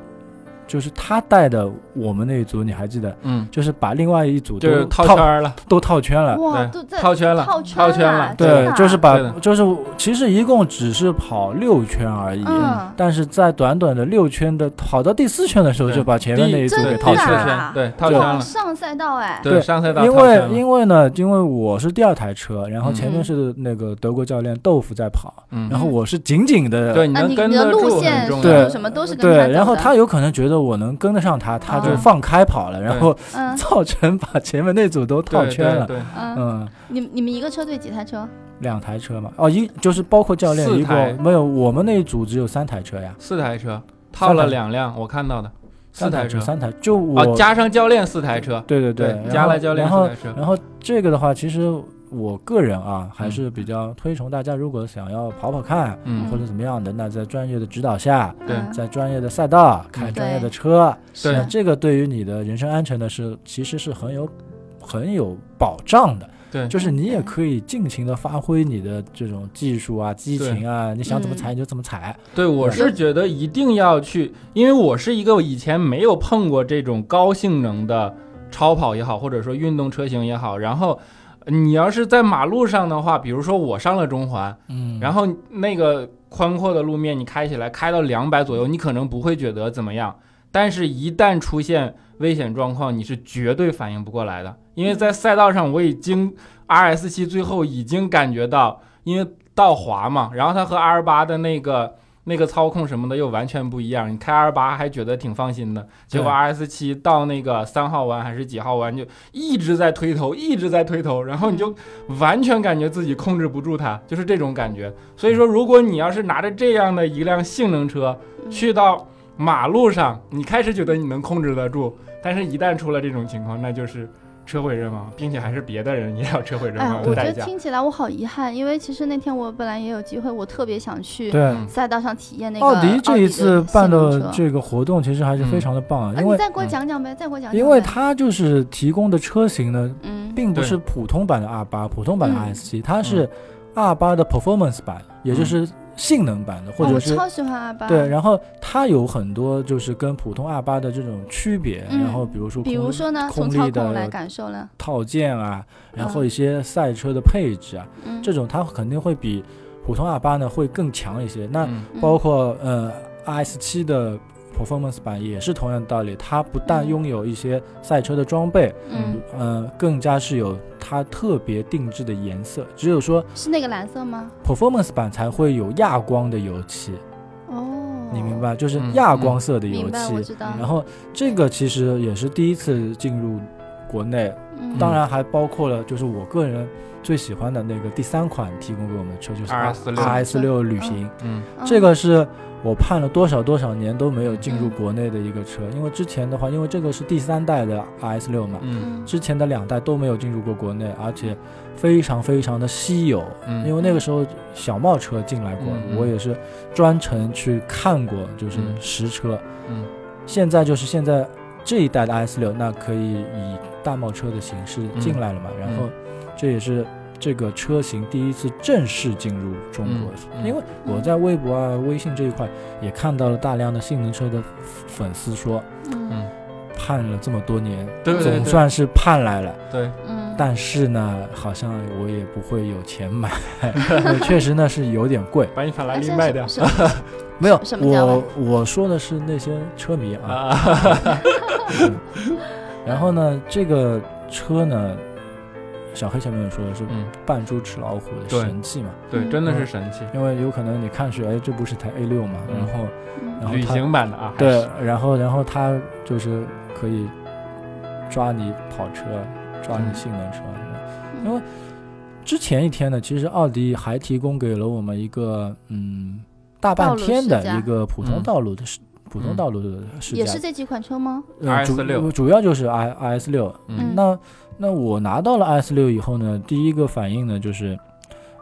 Speaker 4: 就是他带的我们那一组，你还记得？
Speaker 2: 嗯，
Speaker 4: 就是把另外一组都
Speaker 2: 就是套圈儿了，
Speaker 4: 都套圈了。
Speaker 3: 哇，
Speaker 2: 对
Speaker 3: 都在
Speaker 2: 套圈了
Speaker 3: 套
Speaker 2: 套圈
Speaker 3: 圈
Speaker 2: 了
Speaker 3: 真的
Speaker 4: 对，
Speaker 3: 啊
Speaker 4: 就是把
Speaker 2: 对的
Speaker 4: 就是其实一共只是跑六圈而已，
Speaker 3: 嗯
Speaker 4: 但是在短短的六圈的跑到第四圈的时候，
Speaker 2: 对
Speaker 4: 就把前面那一组
Speaker 3: 真
Speaker 4: 给
Speaker 2: 对，
Speaker 3: 的啊
Speaker 4: 套
Speaker 2: 第
Speaker 4: 圈
Speaker 2: 四
Speaker 4: 了。
Speaker 2: 圈，对，套圈
Speaker 3: 往
Speaker 2: 了，
Speaker 3: 上赛道哎，
Speaker 2: 对，
Speaker 4: 对
Speaker 2: 上赛道
Speaker 4: 因
Speaker 2: 套圈
Speaker 4: 为
Speaker 2: 了，
Speaker 4: 因为呢，因为我是第二台车，然后
Speaker 2: 嗯
Speaker 4: 前面是那个德国教练豆腐在跑，
Speaker 2: 嗯，
Speaker 4: 然后我是紧紧的
Speaker 2: 对，你
Speaker 3: 那
Speaker 2: 能
Speaker 3: 啊你
Speaker 2: 跟
Speaker 3: 你的
Speaker 2: 得
Speaker 3: 路
Speaker 2: 住
Speaker 3: 线
Speaker 2: 很重
Speaker 4: 对
Speaker 2: 要
Speaker 3: 路，什么都是跟
Speaker 4: 对，
Speaker 3: 走
Speaker 4: 然后
Speaker 3: 的
Speaker 4: 他有可能觉得我能跟得上他，他就
Speaker 3: 哦
Speaker 4: 放开跑了，然后
Speaker 3: 嗯
Speaker 4: 造成把前面那组都套
Speaker 2: 对
Speaker 4: 圈了。
Speaker 2: 对，对
Speaker 3: 嗯，
Speaker 4: 嗯，
Speaker 3: 你们你们一个车队几台车？
Speaker 4: 两台车嘛，哦，一就是包括教练
Speaker 2: 四
Speaker 4: 一
Speaker 2: 台
Speaker 4: 共没有，我们那一组只有三台车呀，
Speaker 2: 四台车套
Speaker 4: 三
Speaker 2: 了
Speaker 4: 台
Speaker 2: 两辆，我看到的四台车
Speaker 4: 车，，三台，就我
Speaker 2: 哦，加上教练四台车，
Speaker 4: 对对
Speaker 2: 对
Speaker 4: 然后
Speaker 2: 加了教练
Speaker 4: 然后
Speaker 2: 四台车
Speaker 4: 然后这个的话，其实我个人啊，还是比较推崇大家，如果想要跑跑看
Speaker 2: 嗯
Speaker 4: 或者怎么样的，那在专业的指导下，
Speaker 2: 对
Speaker 3: 嗯
Speaker 4: 在啊专业的赛道开
Speaker 2: 嗯
Speaker 4: 专业的车，
Speaker 3: 是
Speaker 2: 对
Speaker 4: 那这个对于你的人身安全呢是其实是很有很有保障的。
Speaker 2: 对
Speaker 4: 就是你
Speaker 3: 嗯
Speaker 4: 也可以尽情的发挥你的这种技术啊、激情啊，你想
Speaker 3: 嗯
Speaker 4: 怎么踩你就怎么踩。
Speaker 2: 对，我
Speaker 4: 嗯
Speaker 3: 对
Speaker 2: 是觉得一定要去，因为我是一个以前没有碰过这种高性能的超跑也好，或者说运动车型也好。然后呃你要是在马路上的话，比如说我上了中环，
Speaker 4: 嗯
Speaker 2: 然后那个宽阔的路面你开起来开到两百左右，你可能不会觉得怎么样，但是一旦出现危险状况，你是绝对反应不过来的，因为在赛道上我已经 RS 七最后已经感觉到，因为倒滑嘛，然后它和 R 八的那个。那个操控什么的又完全不一样，你开 R 八还觉得挺放心的，结果
Speaker 4: 对
Speaker 2: RS 七到那个三号弯还是几号弯就一直在推头，一直在推头，然后你就完全感觉自己控制不住它，就是这种感觉。所以说，如果你要是拿着这样的一辆性能车
Speaker 3: 嗯
Speaker 2: 去到马路上，你开始觉得你能控制得住，但是一旦出了这种情况，那就是车毁人亡，并且还是别的人也要车毁人
Speaker 3: 哎呀，
Speaker 2: 亡
Speaker 3: 我
Speaker 2: 的
Speaker 3: 觉
Speaker 2: 代
Speaker 3: 得
Speaker 2: 价。
Speaker 3: 听起来我好遗憾，因为其实那天我本来也有机会，我特别想去
Speaker 4: 对，
Speaker 3: 赛道上体验那个
Speaker 4: 奥迪这一次办
Speaker 3: 奥迪的
Speaker 4: 的
Speaker 3: 新车。
Speaker 4: 这个活动其实还是
Speaker 2: 嗯
Speaker 4: 非常的棒，
Speaker 3: 啊，
Speaker 4: 因
Speaker 3: 你
Speaker 4: 为嗯
Speaker 3: 再给我讲讲呗，再给我讲讲呗。
Speaker 4: 因为它就是提供的车型呢，
Speaker 3: 嗯，
Speaker 4: 并不是
Speaker 2: 对
Speaker 4: 普通版的 R 八，普通版的
Speaker 3: 嗯
Speaker 4: RS 七，它是 R 八的 performance 版，也就是性能版的，或
Speaker 3: 哦
Speaker 4: 者
Speaker 3: 我
Speaker 4: 是
Speaker 3: 超喜欢阿巴，
Speaker 4: 对，，然后它有很多就是跟普通 R 八的这种区别，
Speaker 3: 嗯
Speaker 4: 然后比如说
Speaker 3: 比
Speaker 4: 空
Speaker 3: 如说呢，从
Speaker 4: 空
Speaker 3: 操
Speaker 4: 力
Speaker 3: 控来
Speaker 4: 的
Speaker 3: 感受呢，
Speaker 4: 套件啊，然后
Speaker 3: 嗯
Speaker 4: 一些赛车的配置啊，
Speaker 3: 嗯，
Speaker 4: 这种它肯定会比普通 R 八呢会更强一些。那
Speaker 2: 嗯
Speaker 3: 嗯
Speaker 4: 包括呃 RS 七的 Performance 版也是同样的道理，它不但
Speaker 3: 嗯
Speaker 4: 拥有一些赛车的装备，
Speaker 3: 嗯
Speaker 4: 呃，更加是有它特别定制的颜色，只有说
Speaker 3: 是那个蓝色吗？
Speaker 4: Performance 版才会有亚光的油漆，
Speaker 3: 哦，
Speaker 4: 你明？白？就是
Speaker 2: 嗯
Speaker 4: 亚光色的油
Speaker 3: 明白，我
Speaker 4: 漆。
Speaker 3: 知道。
Speaker 4: 然后这个其实也是第一次进入国内，
Speaker 3: 嗯
Speaker 4: 当然还包括了就是我个人最喜欢的那个第三款提供给我们的车，就是
Speaker 2: RS6
Speaker 4: RS 六旅行。
Speaker 2: 嗯
Speaker 3: 嗯
Speaker 4: 这个是我盼了多少多少年都没有进入国内的一个车，因为之前的话，因为这个是第三代的 RS 六嘛，
Speaker 2: 嗯
Speaker 4: 之前的两代都没有进入过国内，而且非常非常的稀有，
Speaker 2: 嗯
Speaker 4: 因为那个时候小贸车进来过，
Speaker 2: 嗯嗯
Speaker 4: 我也是专程去看过，就是
Speaker 2: 嗯
Speaker 4: 实车。
Speaker 2: 嗯
Speaker 4: 现在就是现在这一代的 S 六，那可以以大贸车的形式进来了
Speaker 2: 嗯
Speaker 4: 嘛，然后这也是这个车型第一次正式进入中国，
Speaker 2: 嗯嗯
Speaker 4: 因为我在微博啊、微信这一块也看到了大量的性能车的粉丝说，
Speaker 3: 嗯
Speaker 4: 盼了这么多年，
Speaker 2: 对对
Speaker 4: 总
Speaker 2: 对
Speaker 4: 算是盼来了。
Speaker 2: 对，
Speaker 3: 嗯，
Speaker 4: 但是呢，好像我也不会有钱买， 确实呢是有点贵。
Speaker 2: 把你法拉
Speaker 3: 那
Speaker 2: 利
Speaker 3: 现
Speaker 2: 卖
Speaker 3: 在
Speaker 2: 掉
Speaker 3: 什么 什么
Speaker 4: 没有
Speaker 3: 什，么价
Speaker 4: 我
Speaker 3: 位
Speaker 4: 我说的是那些车迷啊，
Speaker 2: 啊，
Speaker 4: 然后呢，这个车呢，小黑前面也说的是
Speaker 2: 嗯，
Speaker 4: 扮猪吃老虎的
Speaker 2: 对
Speaker 4: 神器嘛，
Speaker 2: 对，真的是神器，
Speaker 4: 因为有可能你看是哎，这不是台 A 六嘛，
Speaker 2: 嗯
Speaker 4: 然后然
Speaker 3: 嗯
Speaker 4: 后
Speaker 2: 旅
Speaker 4: 它
Speaker 2: 行版的啊，还
Speaker 4: 对
Speaker 2: 是，
Speaker 4: 然后然后它就是可以抓你跑车，抓你
Speaker 2: 嗯
Speaker 4: 性能车。
Speaker 3: 嗯
Speaker 4: 因为之前一天呢，其实奥迪还提供给了我们一个嗯大半
Speaker 3: 道路
Speaker 4: 天
Speaker 3: 试
Speaker 4: 的
Speaker 3: 驾
Speaker 4: 一个普通
Speaker 2: 嗯
Speaker 4: 道路的试、普通
Speaker 2: 嗯
Speaker 4: 道路的试驾，
Speaker 3: 也是这几款车吗？
Speaker 4: 呃主
Speaker 2: RS6
Speaker 4: 主要就是 I I S 六，
Speaker 2: 嗯
Speaker 4: 那那我拿到了 S 六以后呢，第一个反应呢就是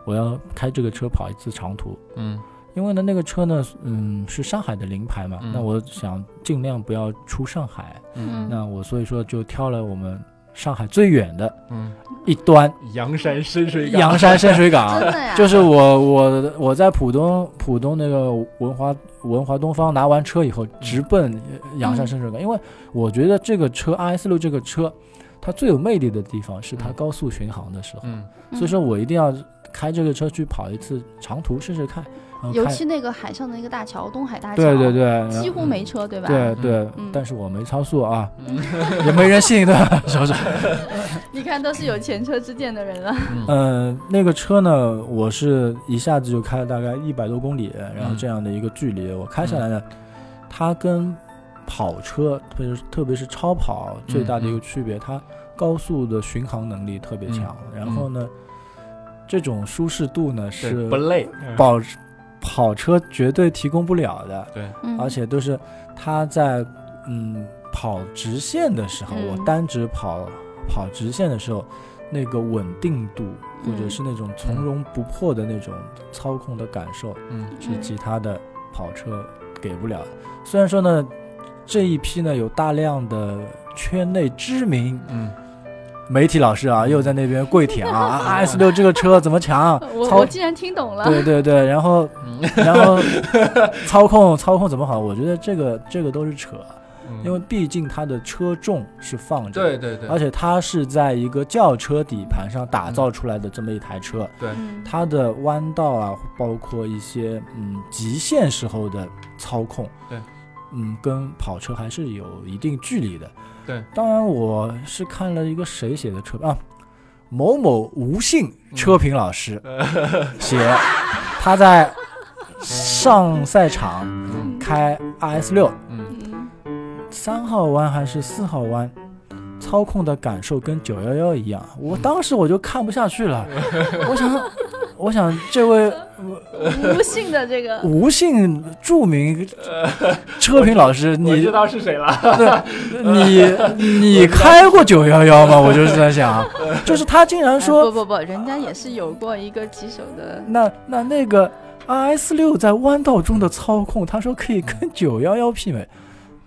Speaker 4: 我要开这个车跑一次长途，
Speaker 2: 嗯
Speaker 4: 因为呢那个车呢，嗯，是上海的临牌嘛，
Speaker 2: 嗯
Speaker 4: 那我想尽量不要出上海，
Speaker 2: 嗯
Speaker 4: 那我所以说就挑了我们上海最远的
Speaker 2: 嗯，
Speaker 4: 一端，
Speaker 2: 阳山深水港，
Speaker 4: 阳山深水 港
Speaker 3: 真。的呀，
Speaker 4: 啊就是我我我在浦东浦东那个文华文华东方拿完车以后，
Speaker 3: 嗯
Speaker 4: 直奔呃阳山深水港，因为我觉得这个车 RS 六这个车，它最有魅力的地方是它
Speaker 2: 嗯
Speaker 4: 高速巡航的时候，
Speaker 2: 嗯
Speaker 4: 所以说我一定要开这个车去跑一次长途试试看，
Speaker 3: 嗯，
Speaker 4: 然后
Speaker 3: 尤
Speaker 4: 看
Speaker 3: 其那个海上的那个大桥，东海大桥，
Speaker 4: 对对对，然
Speaker 3: 几
Speaker 4: 后
Speaker 3: 乎没车，对吧？
Speaker 4: 对
Speaker 2: 嗯
Speaker 4: 对
Speaker 3: 嗯，
Speaker 4: 但是我没超速啊，
Speaker 2: 嗯
Speaker 4: 也没人信对吧？小沈，
Speaker 3: 你看都是有前车之鉴的人了。
Speaker 2: 嗯
Speaker 4: 嗯，那个车呢，我是一下子就开了大概一百多公里，然后这样的一个距离，我开下来呢，它跟跑车，特别是特别是超跑最大的一个区别，它高速的巡航能力特别强，然后呢，这种舒适度呢
Speaker 2: 对
Speaker 4: 是嗯
Speaker 2: 不累，嗯
Speaker 4: 跑跑车绝对提供不了的，
Speaker 3: 嗯
Speaker 4: 而且都是它在嗯跑直线的时候，
Speaker 3: 嗯
Speaker 4: 我单直跑跑直线的时候，那个稳定度或者
Speaker 3: 嗯
Speaker 4: 是那种从容不迫的那种操控的感受，
Speaker 2: 嗯
Speaker 4: 是其他的跑车给不了的。虽然说呢，这一批呢有大量的圈内知名
Speaker 2: 嗯
Speaker 4: 媒体老师啊，又在那边跪舔啊，S 六这个车怎么强，
Speaker 3: 我
Speaker 4: 操
Speaker 3: 我。竟然听懂了，
Speaker 4: 对对对，然后
Speaker 2: 嗯
Speaker 4: 然后操控操控怎么好？我觉得这个这个都是扯，
Speaker 2: 嗯，
Speaker 4: 因为毕竟它的车重是放着
Speaker 2: 对
Speaker 4: 的，
Speaker 2: 对对，
Speaker 4: 而且它是在一个轿车底盘上打造
Speaker 2: 嗯
Speaker 4: 出来的这么一台车，
Speaker 3: 嗯，
Speaker 4: 它的弯道啊，包括一些嗯极限时候的操控，
Speaker 2: 对，
Speaker 4: 嗯，跟跑车还是有一定距离的。
Speaker 2: 对，
Speaker 4: 当然我是看了一个谁写的车评啊，某某吴姓车评老师
Speaker 2: 嗯
Speaker 4: 写，他在上赛场
Speaker 2: 嗯
Speaker 4: 开 RS 六。
Speaker 2: 嗯
Speaker 3: 嗯
Speaker 4: 三号弯还是四号弯，操控的感受跟九幺幺一样。我当时我就看不下去了，我想，我想这位
Speaker 3: 无性的这 个，
Speaker 4: 吴姓著名车评老师，
Speaker 2: 呃我呃
Speaker 4: 你
Speaker 2: 知道是谁了，
Speaker 4: 你 你开过九幺幺吗？我就是在想，就是他竟然
Speaker 3: 哎
Speaker 4: 说，嗯
Speaker 3: 不不不，人家也是有过一个棘手的，
Speaker 4: 那那那个 RS 六在弯道中的操控，他说可以跟九幺幺媲美。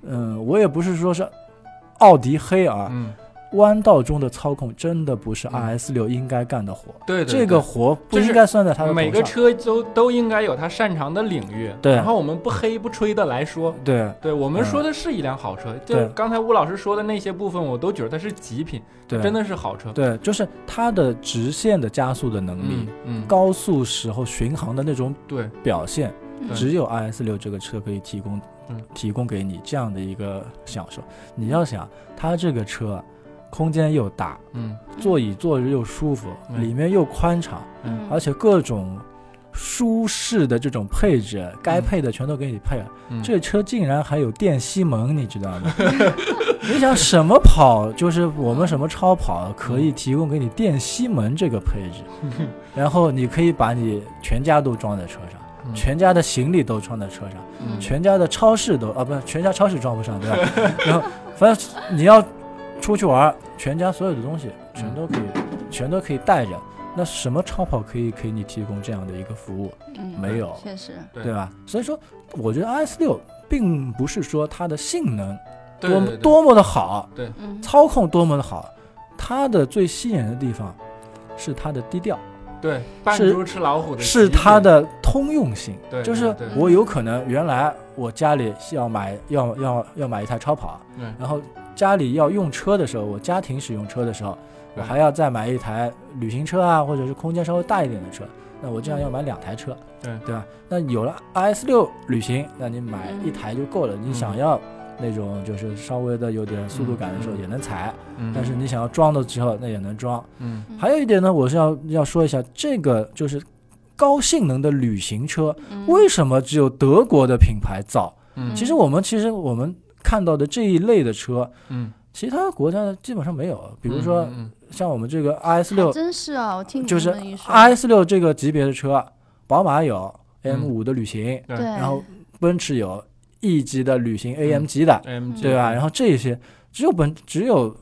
Speaker 4: 嗯，我也不是说是奥迪黑啊，
Speaker 2: 嗯，
Speaker 4: 弯道中的操控真的不是
Speaker 2: 嗯
Speaker 4: RS 六应该干的活，
Speaker 2: 对对，
Speaker 4: 这个活不
Speaker 2: 就是
Speaker 4: 应该算在他的头上。
Speaker 2: 每个车都都应该有它擅长的领域，
Speaker 4: 对
Speaker 2: 然后我们不黑不吹的来说，
Speaker 4: 对
Speaker 2: 对我们
Speaker 4: 嗯
Speaker 2: 说的是一辆好车，就
Speaker 4: 对
Speaker 2: 是刚才吴老师说的那些部分，我都觉得它是极品，
Speaker 4: 对，
Speaker 2: 真的是好车。
Speaker 4: 对，就是它的直线的加速的能力
Speaker 2: 嗯，嗯，
Speaker 4: 高速时候巡航的那种
Speaker 2: 对，
Speaker 4: 表现，
Speaker 3: 嗯
Speaker 4: 只有 RS 六这个车可以提供
Speaker 2: 嗯，
Speaker 4: 提供给你这样的一个享受。你要想，它这个车啊空间又大，
Speaker 2: 嗯
Speaker 4: 座椅坐着又舒服，
Speaker 2: 嗯
Speaker 4: 里面又宽敞，
Speaker 3: 嗯
Speaker 4: 而且各种舒适的这种配置，该配的全都给你配了。
Speaker 2: 嗯，
Speaker 4: 这车竟然还有电吸门，你知道吗？ 你想什么跑，就是我们什么超跑可以提供给 你电吸门这个配置，然后你可以把你全家都装在车上，
Speaker 2: 嗯
Speaker 4: 全家的行李都装在车上，
Speaker 2: 嗯
Speaker 4: 全家的超市都啊，不是全家超市装不上，对吧？然后反正你要出去玩，全家所有的东西全都可以，
Speaker 2: 嗯
Speaker 4: 全都可以带着。那什么超跑可以给你提供这样的一个服务，
Speaker 3: 嗯，
Speaker 4: 没有
Speaker 3: 确实，
Speaker 2: 对
Speaker 4: 对吧？所以说，我觉得 iS 六并不是说它的性能
Speaker 2: 对
Speaker 4: 多么
Speaker 2: 对对
Speaker 4: 多么的好，
Speaker 3: 嗯，
Speaker 4: 操控多么的好，它的最吸引人的地方是它的低调，
Speaker 2: 对扮
Speaker 4: 是
Speaker 2: 猪吃老虎的
Speaker 4: 是
Speaker 2: 极致
Speaker 4: 它的通用性
Speaker 2: 对。
Speaker 4: 就是
Speaker 2: 对
Speaker 3: 对
Speaker 4: 我有可能原来我家里要买要要要买一台超跑
Speaker 2: 对，
Speaker 4: 然后家里要用车的时候，我家庭使用车的时候，我
Speaker 2: 对
Speaker 4: 还要再买一台旅行车啊，或者是空间稍微大一点的车。那我这样要买两台车，
Speaker 2: 对
Speaker 4: 对吧？那有了 iS 六旅行，那你买一台就够了。你
Speaker 2: 嗯
Speaker 4: 想要那种就是稍微的有点速度感的时候
Speaker 2: 嗯嗯
Speaker 4: 也能踩，
Speaker 2: 嗯
Speaker 4: 但是你想要装的时候，那也能装。
Speaker 2: 嗯
Speaker 3: 嗯
Speaker 4: 还有一点呢，我是要要说一下，这个就是高性能的旅行车，
Speaker 3: 嗯
Speaker 4: 为什么只有德国的品牌造？
Speaker 2: 嗯
Speaker 4: 其实我们其实我们看到的这一类的车，
Speaker 2: 嗯，
Speaker 4: 其他国家基本上没有。比如说
Speaker 2: 嗯
Speaker 4: 像我们这个 RS
Speaker 3: 还
Speaker 4: 六，
Speaker 3: 真是啊，我听你
Speaker 4: 就
Speaker 3: 这
Speaker 4: 是
Speaker 3: 么一说，
Speaker 4: RS 六这个级别的车，宝马有
Speaker 2: 嗯
Speaker 4: M 五的旅行，
Speaker 2: 对
Speaker 3: 对，
Speaker 4: 然后奔驰有 E 级的旅行 AM 级的，
Speaker 2: 嗯嗯 AMG
Speaker 4: 对吧？然后这些只有本只有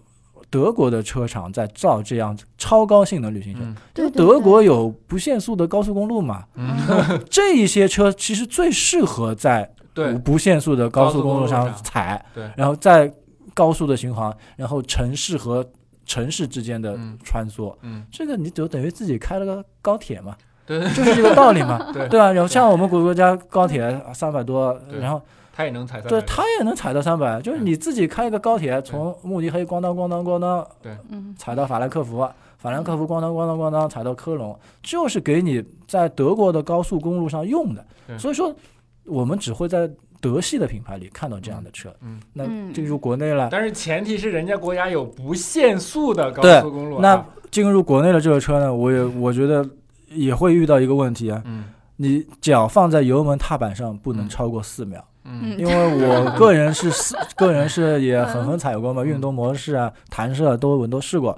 Speaker 4: 德国的车厂在造这样超高性能旅行车。
Speaker 2: 嗯
Speaker 3: 对对
Speaker 4: 德国
Speaker 3: 对
Speaker 4: 有不限速的高速公 路嘛？
Speaker 2: 嗯
Speaker 4: 这一些车其实最适合在
Speaker 2: 对
Speaker 4: 不限速的高速公路
Speaker 2: 高速公
Speaker 4: 上
Speaker 2: 路上
Speaker 4: 踩，
Speaker 2: 对
Speaker 4: 然后在高速的巡航，然后城市和城市之间的
Speaker 2: 嗯
Speaker 4: 穿梭，
Speaker 2: 嗯
Speaker 4: 这个你就等于自己开了个高铁嘛，
Speaker 2: 对，
Speaker 4: 就是这个道理 嘛
Speaker 2: 对
Speaker 4: 对吧？然后像我们国家高铁三百多，
Speaker 2: 对
Speaker 4: 然后
Speaker 2: 他也能踩三
Speaker 4: 对
Speaker 2: 百
Speaker 4: 它也能踩到三百，就是你自己开一个高铁从慕尼黑咣当咣当咣当
Speaker 3: 嗯，
Speaker 4: 踩到法兰克福，法兰克福咣当咣当咣当踩到科隆，就是给你在德国的高速公路上用的
Speaker 2: 对。
Speaker 4: 所以说，我们只会在德系的品牌里看到这样的车。
Speaker 2: 嗯嗯
Speaker 4: 那
Speaker 3: 嗯
Speaker 4: 进入国内了，
Speaker 2: 但是前提是人家国家有不限速的高
Speaker 4: 对
Speaker 2: 速公路啊。
Speaker 4: 那进入国内的这个车呢，我也我觉得也会遇到一个问题啊，
Speaker 2: 嗯
Speaker 4: 你脚放在油门踏板上不能超过四 秒，
Speaker 2: 嗯
Speaker 4: 因为我个人是四，个人是
Speaker 3: 嗯
Speaker 4: 也狠狠踩过嘛，运动模式啊、弹射啊都我都试过，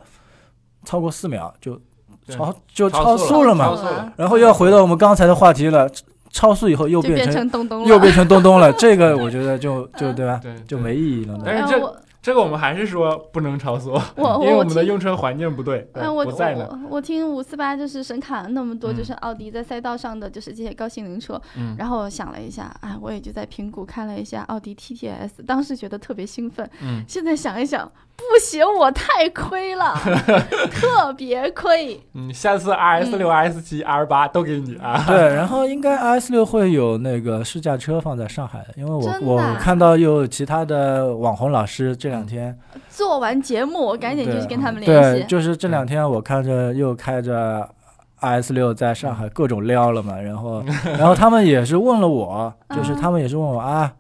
Speaker 4: 超过四秒就
Speaker 2: 对
Speaker 4: 超就
Speaker 2: 超
Speaker 4: 超
Speaker 2: 速
Speaker 4: 速了嘛
Speaker 2: 超，速了
Speaker 4: 然后又要回到我们刚才的话题了，超速以后又
Speaker 3: 就
Speaker 4: 变
Speaker 3: 变
Speaker 4: 成
Speaker 3: 成东东了，嗯
Speaker 4: 又变成东东 了，这个我觉得就就对吧，
Speaker 2: 对
Speaker 4: 就
Speaker 2: 对
Speaker 4: 没意义了
Speaker 2: 哎
Speaker 4: 呢。
Speaker 2: 但是
Speaker 3: 哎
Speaker 2: 这
Speaker 3: 我
Speaker 2: 这个我们还是说不能超速，
Speaker 3: 我
Speaker 2: 因为
Speaker 3: 哦我
Speaker 2: 们的
Speaker 3: 听
Speaker 2: 用车环境不对。
Speaker 3: 哎，我
Speaker 2: 不在呢。
Speaker 3: 我我听五四八就是神侃了那么多，
Speaker 2: 嗯
Speaker 3: 就是奥迪在赛道上的就是这些高性能车，
Speaker 2: 嗯
Speaker 3: 然后我想了一下，哎，我也就在评估看了一下奥迪 TTS，当时觉得特别兴奋，
Speaker 2: 嗯，
Speaker 3: 现在想一想，不行，我太亏 了，特别亏。
Speaker 2: 嗯，下次 R S 六、R S 七、R 八都给你啊。
Speaker 4: 对，然后应该 S 六会有那个试驾车放在上海的，因为我
Speaker 3: 真的
Speaker 4: 我
Speaker 3: 啊
Speaker 4: 看到有其他的网红老师这
Speaker 2: 嗯
Speaker 4: 两天，
Speaker 3: 做完节目，我赶紧就
Speaker 4: 对
Speaker 3: 去跟他们联
Speaker 4: 对，
Speaker 3: 系。
Speaker 4: 就是这
Speaker 2: 嗯
Speaker 4: 两天我看着又开着 S 六在上
Speaker 2: 嗯
Speaker 4: 海各种撩了嘛，然后然后他们也是问了我，
Speaker 3: 嗯
Speaker 4: 就是他们也是问我啊。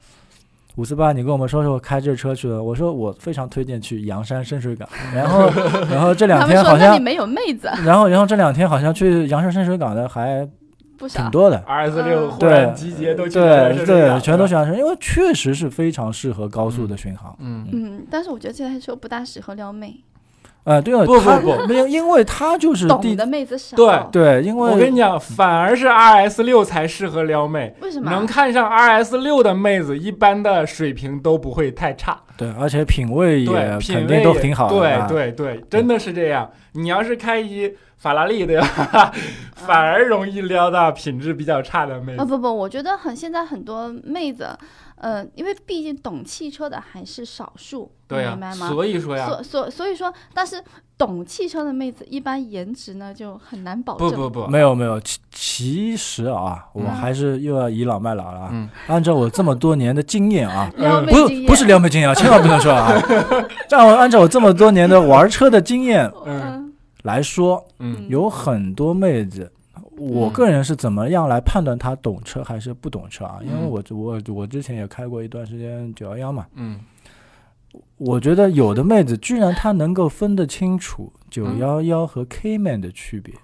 Speaker 4: 五四八，你跟我们说说开这车去的。我说我非常推荐去阳山深水港，然后，然后这两
Speaker 3: 他们
Speaker 4: 天
Speaker 3: 说
Speaker 4: 好
Speaker 3: 那
Speaker 4: 像
Speaker 3: 里，没有妹子，
Speaker 4: 然后，然后这两天好像去阳山深水港的
Speaker 3: 啊
Speaker 4: 还
Speaker 3: 不
Speaker 4: 挺
Speaker 3: 少。
Speaker 4: 多的，
Speaker 2: R S 六
Speaker 3: 嗯
Speaker 2: 忽然
Speaker 4: 对
Speaker 2: 集结都去
Speaker 4: 对对，全都
Speaker 2: 是。
Speaker 4: 选上，因为确实是非常适合高速的巡航。
Speaker 2: 嗯
Speaker 3: 嗯，但是我觉得这台车不大适合撩妹，
Speaker 4: 呃，对了，
Speaker 2: 不不
Speaker 4: 它
Speaker 2: 不
Speaker 4: 没有，因为它就是
Speaker 3: 懂
Speaker 4: 地
Speaker 3: 的妹子少。
Speaker 2: 对
Speaker 4: 对，因
Speaker 2: 我跟
Speaker 4: 为
Speaker 2: 你讲，反而是 R S 六才适合撩妹。
Speaker 3: 为什么？啊
Speaker 2: 能看上 R S 六的妹子，一般的水平都不会太差，
Speaker 4: 对，而且品味
Speaker 2: 对，
Speaker 4: 也
Speaker 2: 品
Speaker 4: 肯
Speaker 2: 味
Speaker 4: 定都
Speaker 2: 也
Speaker 4: 挺好的，啊
Speaker 2: 对
Speaker 4: 吧，
Speaker 2: 对对，真的是这样。你要是开一法拉利对吧，反而容易撩到品质比较差的妹子。
Speaker 3: 啊不不，我觉得很现在很多妹子，呃，因为毕竟懂汽车的还是少数，
Speaker 2: 对啊
Speaker 3: 你
Speaker 2: 呀
Speaker 3: 明白，吗？
Speaker 2: 所以说呀，
Speaker 3: 所所所以说，但是懂汽车的妹子一般颜值呢就很难保
Speaker 2: 不
Speaker 3: 证。
Speaker 2: 不不，
Speaker 4: 没有没有，其其实啊，我
Speaker 2: 嗯
Speaker 4: 还是又要倚老卖老了啊。
Speaker 2: 嗯
Speaker 4: 按照我这么多年的经验啊，
Speaker 3: 撩
Speaker 2: 嗯
Speaker 3: 妹经
Speaker 4: 不是
Speaker 3: 验
Speaker 4: 不是，撩妹经验啊，千万不能说 啊。按我按照我这么多年的玩车的经验
Speaker 2: 嗯
Speaker 4: 来说，
Speaker 2: 嗯
Speaker 4: 有很多妹子，我
Speaker 2: 嗯
Speaker 4: 个人是怎么样来判断她懂车还是不懂车啊？因为
Speaker 2: 嗯
Speaker 4: 我我我之前也开过一段时间九幺幺嘛，
Speaker 2: 嗯
Speaker 4: 我觉得有的妹子居然她能够分得清楚
Speaker 2: 嗯
Speaker 4: 九幺幺和 Kman 的区别，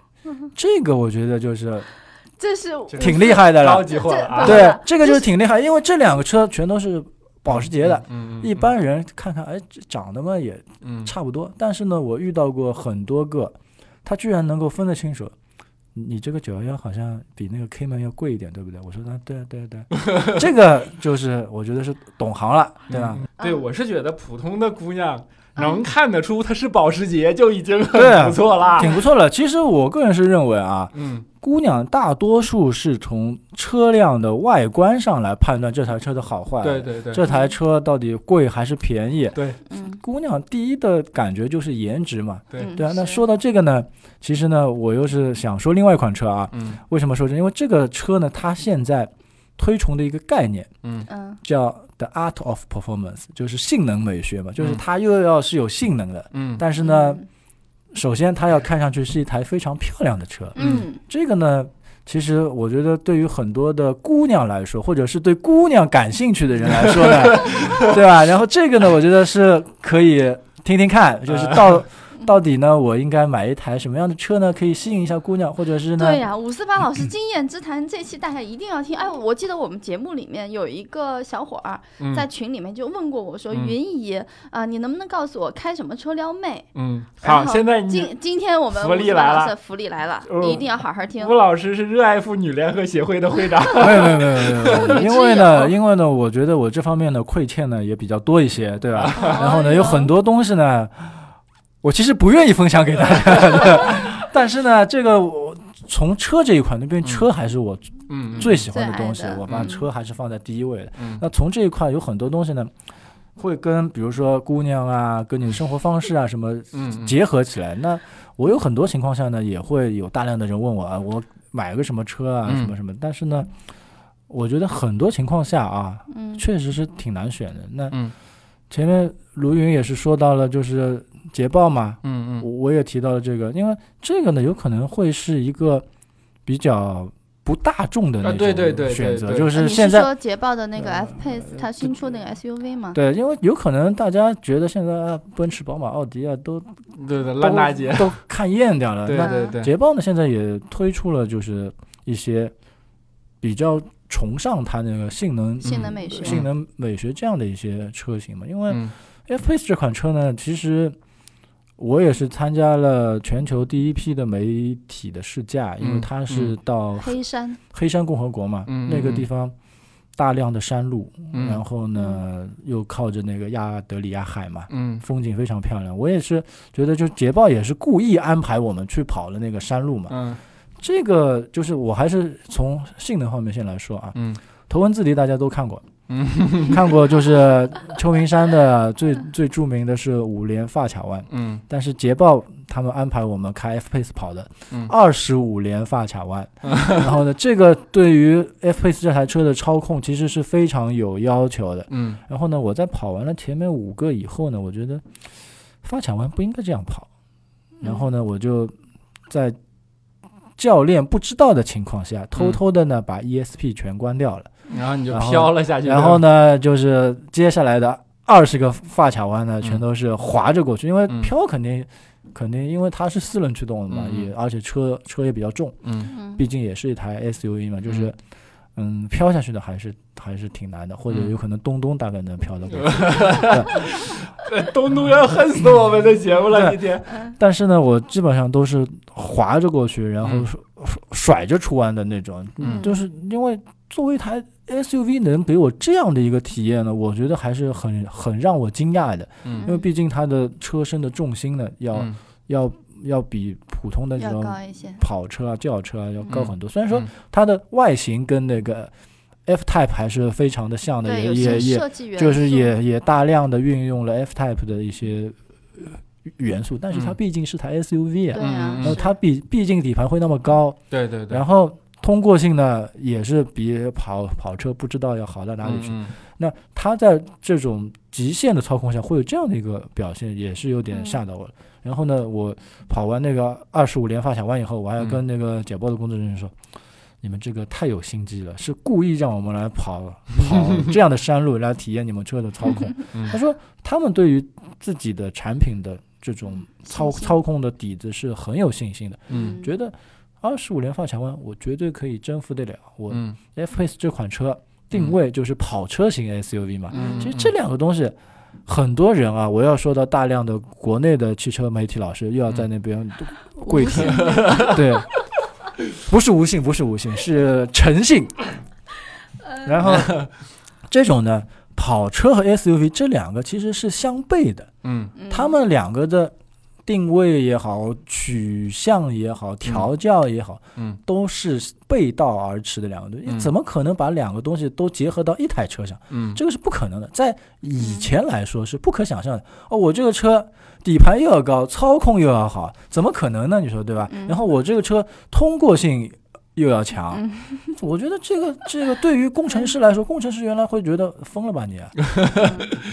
Speaker 4: 这个我觉得就是
Speaker 3: 这是
Speaker 2: 这个
Speaker 4: 挺厉害的
Speaker 2: 高
Speaker 4: 了。
Speaker 2: 级货了啊，
Speaker 3: 这
Speaker 4: 对
Speaker 3: 啊，
Speaker 4: 这个就是挺厉害，因为这两个车全都是保时捷的。
Speaker 2: 嗯，嗯嗯
Speaker 4: 一般人看看，哎，这长得嘛也
Speaker 2: 嗯
Speaker 4: 差不多，但是呢，我遇到过很多个，他居然能够分得清楚你这个九幺幺好像比那个 K 门要贵一点，对不对？我说啊，对啊对啊 对啊，这个就是我觉得是懂行了，对吧？
Speaker 2: 嗯对，
Speaker 3: 嗯
Speaker 2: 我是觉得普通的姑娘
Speaker 3: 嗯
Speaker 2: 能看得出她是保时捷就已经
Speaker 4: 对啊
Speaker 2: 很不错啦。
Speaker 4: 挺不错了。其实我个人是认为啊，
Speaker 2: 嗯，
Speaker 4: 姑娘大多数是从车辆的外观上来判断这台车的好坏，
Speaker 2: 对，对对，
Speaker 4: 这台车到底贵还是便宜。
Speaker 2: 对
Speaker 3: 嗯，
Speaker 4: 姑娘第一的感觉就是颜值嘛，
Speaker 2: 对，
Speaker 4: 对啊。
Speaker 3: 嗯
Speaker 4: 那
Speaker 3: 是
Speaker 4: 说到这个呢，其实呢，我又是想说另外一款车啊，
Speaker 2: 嗯
Speaker 4: 为什么说这？因为这个车呢，它现在推崇的一个概念
Speaker 2: 嗯
Speaker 3: 嗯
Speaker 4: 叫 The Art of Performance，就是性能美学嘛，就是
Speaker 2: 嗯
Speaker 4: 它又要是有性能的，
Speaker 2: 嗯，
Speaker 4: 但是呢，首先它要看上去是一台非常漂亮的车。
Speaker 3: 嗯
Speaker 4: 这个呢，其实我觉得对于很多的姑娘来说，或者是对姑娘感兴趣的人来说呢，对吧？然后这个呢，我觉得是可以听听看，就是到。到底呢？我应该买一台什么样的车呢？可以吸引一下姑娘，或者是呢？嗯
Speaker 3: 对呀、五四八老师经验之谈这期大家一定要听。哎，我记得我们节目里面有一个小伙儿
Speaker 2: 嗯
Speaker 3: 在群里面就问过我说：“
Speaker 2: 嗯
Speaker 3: 云姨啊、你能不能告诉我开什么车撩妹
Speaker 2: 嗯，
Speaker 3: 然
Speaker 2: 好，
Speaker 3: 后
Speaker 2: 现在？”你
Speaker 3: 今今天我们
Speaker 2: 福利
Speaker 3: 58
Speaker 2: 来
Speaker 3: 老
Speaker 2: 了
Speaker 3: 师福利来了，
Speaker 2: 哦
Speaker 3: 你一定要好好听
Speaker 2: 吴。老师是热爱妇女联合协会的会 长。
Speaker 4: 没有没有没有没有没有，
Speaker 3: 你
Speaker 4: 因
Speaker 3: 自
Speaker 4: 为
Speaker 3: 由
Speaker 4: 呢，因为呢，我觉得我这方面的亏欠呢也比较多一些，对
Speaker 3: 啊
Speaker 4: 吧？
Speaker 3: 哦
Speaker 4: 然后呢，有很多东西呢，我其实不愿意分享给大家的， 但是呢，这个我从车这一块，那边
Speaker 2: 嗯
Speaker 4: 车还是我
Speaker 2: 嗯，嗯
Speaker 4: 最喜欢的东西
Speaker 3: 最爱，的
Speaker 4: 我把
Speaker 2: 嗯
Speaker 4: 车还是放在第一位的。
Speaker 2: 嗯
Speaker 4: 那从这一块有很多东西呢，会跟比如说姑娘啊，跟你的生活方式啊什么
Speaker 2: 嗯，
Speaker 4: 结合起来。那我有很多情况下呢，也会有大量的人问我啊，我买个什么车啊，
Speaker 2: 嗯
Speaker 4: 什么什么。但是呢，我觉得很多情况下啊，
Speaker 3: 嗯，
Speaker 4: 确实是挺难选的。那
Speaker 2: 嗯
Speaker 4: 前面卢云也是说到了，就是捷豹嘛，
Speaker 2: 嗯
Speaker 4: 我我也提到了这个，因为这个呢，有可能会是一个比较不大众的
Speaker 2: 啊
Speaker 4: 那
Speaker 2: 对对对
Speaker 4: 种选择，
Speaker 2: 对对
Speaker 4: 就
Speaker 3: 啊
Speaker 4: 是
Speaker 3: 你
Speaker 4: 现
Speaker 3: 是
Speaker 4: 在嗯
Speaker 3: 说捷豹的那个 F Pace 它新出那个 SUV 吗？
Speaker 4: 对，因为有可能大家觉得现在啊奔驰、宝马、奥迪啊都
Speaker 2: 嗯，对对，烂大街。
Speaker 4: 都都看厌掉了，
Speaker 2: 对
Speaker 4: 那
Speaker 2: 对对，
Speaker 4: 捷豹呢，现在也推出了就是一些比较崇尚它那个性能、
Speaker 2: 嗯
Speaker 3: 性能美学，
Speaker 4: 嗯性能美学这样的一些车型嘛。因为
Speaker 2: 嗯
Speaker 4: F Pace 这款车呢，其实我也是参加了全球第一批的媒体的试驾，因为
Speaker 2: 嗯
Speaker 4: 它是
Speaker 2: 嗯
Speaker 4: 到
Speaker 3: 黑山，
Speaker 4: 黑山共和国嘛，
Speaker 2: 嗯
Speaker 4: 那个
Speaker 2: 嗯
Speaker 4: 地
Speaker 2: 嗯
Speaker 4: 方大量的山路，
Speaker 2: 嗯
Speaker 4: 然后呢又靠着那个亚得里亚海嘛，
Speaker 2: 嗯
Speaker 4: 风景非常漂亮。我也是觉得，就捷豹也是故意安排我们去跑了那个山路嘛。
Speaker 2: 嗯
Speaker 4: 这个就是我还是从性能方面先来说啊，
Speaker 2: 嗯
Speaker 4: 头文字 D 大家都看过，
Speaker 2: 嗯
Speaker 4: 看过就是 秋名山的最最著名的是五连发卡弯，
Speaker 2: 嗯
Speaker 4: 但是捷豹他们安排我们开 F Pace 跑的
Speaker 2: 嗯
Speaker 4: 二十五连发 卡弯，然后呢，这个对于 F Pace 这台车的操控其实是非常有要求的。
Speaker 2: 嗯
Speaker 4: 然后呢，我在跑完了前面五个以后呢，我觉得发卡弯不应该这样跑。
Speaker 2: 嗯
Speaker 4: 然后呢，我就在教练不知道的情况
Speaker 2: 嗯
Speaker 4: 下，偷偷的呢把 ESP 全关掉了。
Speaker 2: 然后你就
Speaker 4: 然后
Speaker 2: 飘了下去。
Speaker 4: 然后呢，就是接下来的二十个发卡弯呢，
Speaker 2: 嗯
Speaker 4: 全都是滑着过去，因为
Speaker 2: 嗯
Speaker 4: 飘肯定肯定，因为它是四轮驱动的嘛，
Speaker 2: 嗯嗯
Speaker 4: 也而且车车也比较重，
Speaker 2: 嗯
Speaker 3: 嗯，
Speaker 4: 毕竟也是一台 SUV 嘛，就是。嗯，飘下去的还是还是挺难的，或者
Speaker 2: 嗯
Speaker 4: 有可能东东大概能飘得过去。
Speaker 2: 对， 东东要恨死我们的节目了，今天。
Speaker 3: 嗯
Speaker 4: 但是呢，我基本上都是滑着过去，然后
Speaker 2: 嗯
Speaker 4: 甩甩着出弯的那种。
Speaker 2: 嗯
Speaker 4: 就是因为作为一台 SUV 能给我这样的一个体验呢，我觉得还是很很让我惊讶的。因
Speaker 2: 嗯
Speaker 4: 为毕竟它的车身的重心呢，要、
Speaker 2: 嗯
Speaker 4: 要要比普通的这
Speaker 3: 要
Speaker 4: 种
Speaker 3: 高一些，
Speaker 4: 跑车啊、轿车啊要高
Speaker 2: 嗯
Speaker 4: 很多。虽然说
Speaker 2: 嗯
Speaker 4: 它的外形跟那个 F Type 还是非常的像的，
Speaker 3: 对，有
Speaker 4: 也也
Speaker 3: 些
Speaker 4: 也
Speaker 3: 设计元素，
Speaker 4: 就是也也大量的运用了 F Type 的一些呃元素，但是它
Speaker 2: 嗯
Speaker 4: 毕竟是台 SUV，、
Speaker 3: 对
Speaker 4: 啊，
Speaker 3: 啊，
Speaker 2: 嗯
Speaker 4: 然后
Speaker 3: 是
Speaker 4: 它毕毕竟底盘会那么高，
Speaker 2: 对对对，
Speaker 4: 然后通过性呢也是比跑跑车不知道要好到哪里去。
Speaker 2: 嗯？
Speaker 4: 那它在这种极限的操控下会有这样的一个表现，也是有点
Speaker 3: 嗯
Speaker 4: 吓到我了。然后呢，我跑完那个二十五连发卡弯以后，我还
Speaker 2: 嗯
Speaker 4: 跟那个解报的工作人员说。你们这个太有心机了，是故意让我们来跑跑这样的山路来体验你们车的操控。
Speaker 2: 嗯
Speaker 4: 他说他们对于自己的产品的这种操
Speaker 3: 信心
Speaker 4: 操控的底子是很有信心的，
Speaker 2: 嗯
Speaker 4: 觉得二十五连发卡弯我绝对可以征服得了。我
Speaker 2: 嗯
Speaker 4: F Pace 这款车定位就是跑车型 SUV 嘛，
Speaker 2: 嗯，
Speaker 4: 其实这两个东西，很多人啊，我要说到大量的
Speaker 2: 嗯
Speaker 4: 国内的汽车媒体老师又要在那边跪
Speaker 3: 无
Speaker 4: 舔
Speaker 3: 形，
Speaker 4: 对。不是无性，不是无性，是诚信。然后这种呢，跑车和 SUV 这两个其实是相悖的，
Speaker 2: 嗯
Speaker 3: 嗯
Speaker 4: 他们两个的定位也好、取向也好、调教也好，
Speaker 2: 嗯
Speaker 4: 都是背道而驰的两个东西。
Speaker 2: 嗯
Speaker 4: 怎么可能把两个东西都结合到一台车上？
Speaker 2: 嗯，
Speaker 4: 这个是不可能的，在以前来说是不可想象的。哦，我这个车底盘又要高，操控又要好，怎么可能呢？你说对吧？
Speaker 3: 嗯
Speaker 4: 然后我这个车通过性又要强，
Speaker 3: 嗯
Speaker 4: 我觉得这个这个对于工程师来说，工程师原来会觉得疯了吧你、啊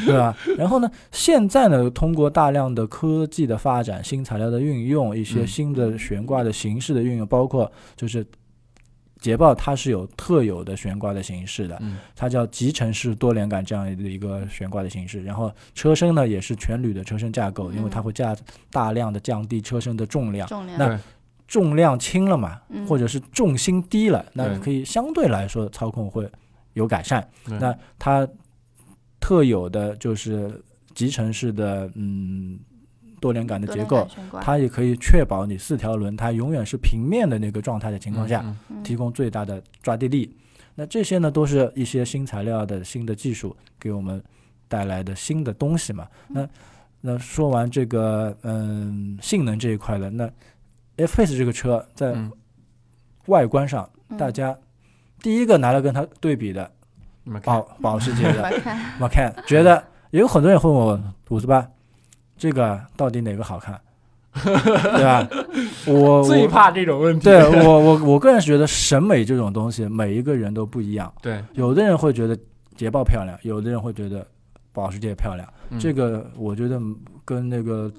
Speaker 4: 对吧？然后呢，现在呢，通过大量的科技的发展、新材料的运用、一些
Speaker 2: 嗯
Speaker 4: 新的悬挂的形式的运用，包括就是捷豹它是有特有的悬挂的形式的，
Speaker 2: 嗯
Speaker 4: 它叫集成式多连杆这样的一个悬挂的形式。然后车身呢也是全铝的车身架构，因为它
Speaker 3: 嗯
Speaker 4: 会架大量的降低车身的重量，
Speaker 3: 重量
Speaker 4: 那
Speaker 2: 对
Speaker 4: 重量轻了嘛，
Speaker 3: 嗯
Speaker 4: 或者是重心低了，那
Speaker 2: 对
Speaker 4: 可以相对来说操控会有改善。
Speaker 2: 对
Speaker 4: 那它特有的就是集成式的嗯多连杆的
Speaker 3: 多
Speaker 4: 结
Speaker 3: 连
Speaker 4: 构
Speaker 3: 杆，悬挂
Speaker 4: 它也可以确保你四条轮胎永远是平面的那个状态的情况下，
Speaker 2: 嗯
Speaker 3: 嗯
Speaker 4: 提供最大的抓地力。那这些呢，都是一些新材料的新的技术给我们带来的新的东西嘛。那那说完这个嗯性能这一块的，那 F Pace 这个车在
Speaker 2: 嗯
Speaker 4: 外观上，
Speaker 3: 嗯
Speaker 4: 大家第一个拿来跟它对比的
Speaker 2: 你们看
Speaker 4: 保保时捷的
Speaker 3: 我看
Speaker 4: 我看觉得有很多人会问我五十八，这个到底哪个好看，对吧？我
Speaker 2: 最
Speaker 4: 我
Speaker 2: 怕这种 问题，
Speaker 4: 对我我我个人觉得审美这种东西，每一个人都不一样。
Speaker 2: 对，
Speaker 4: 有的人会觉得捷豹漂亮，有的人会觉得保时捷漂亮。
Speaker 2: 嗯
Speaker 4: 这个我觉得跟那个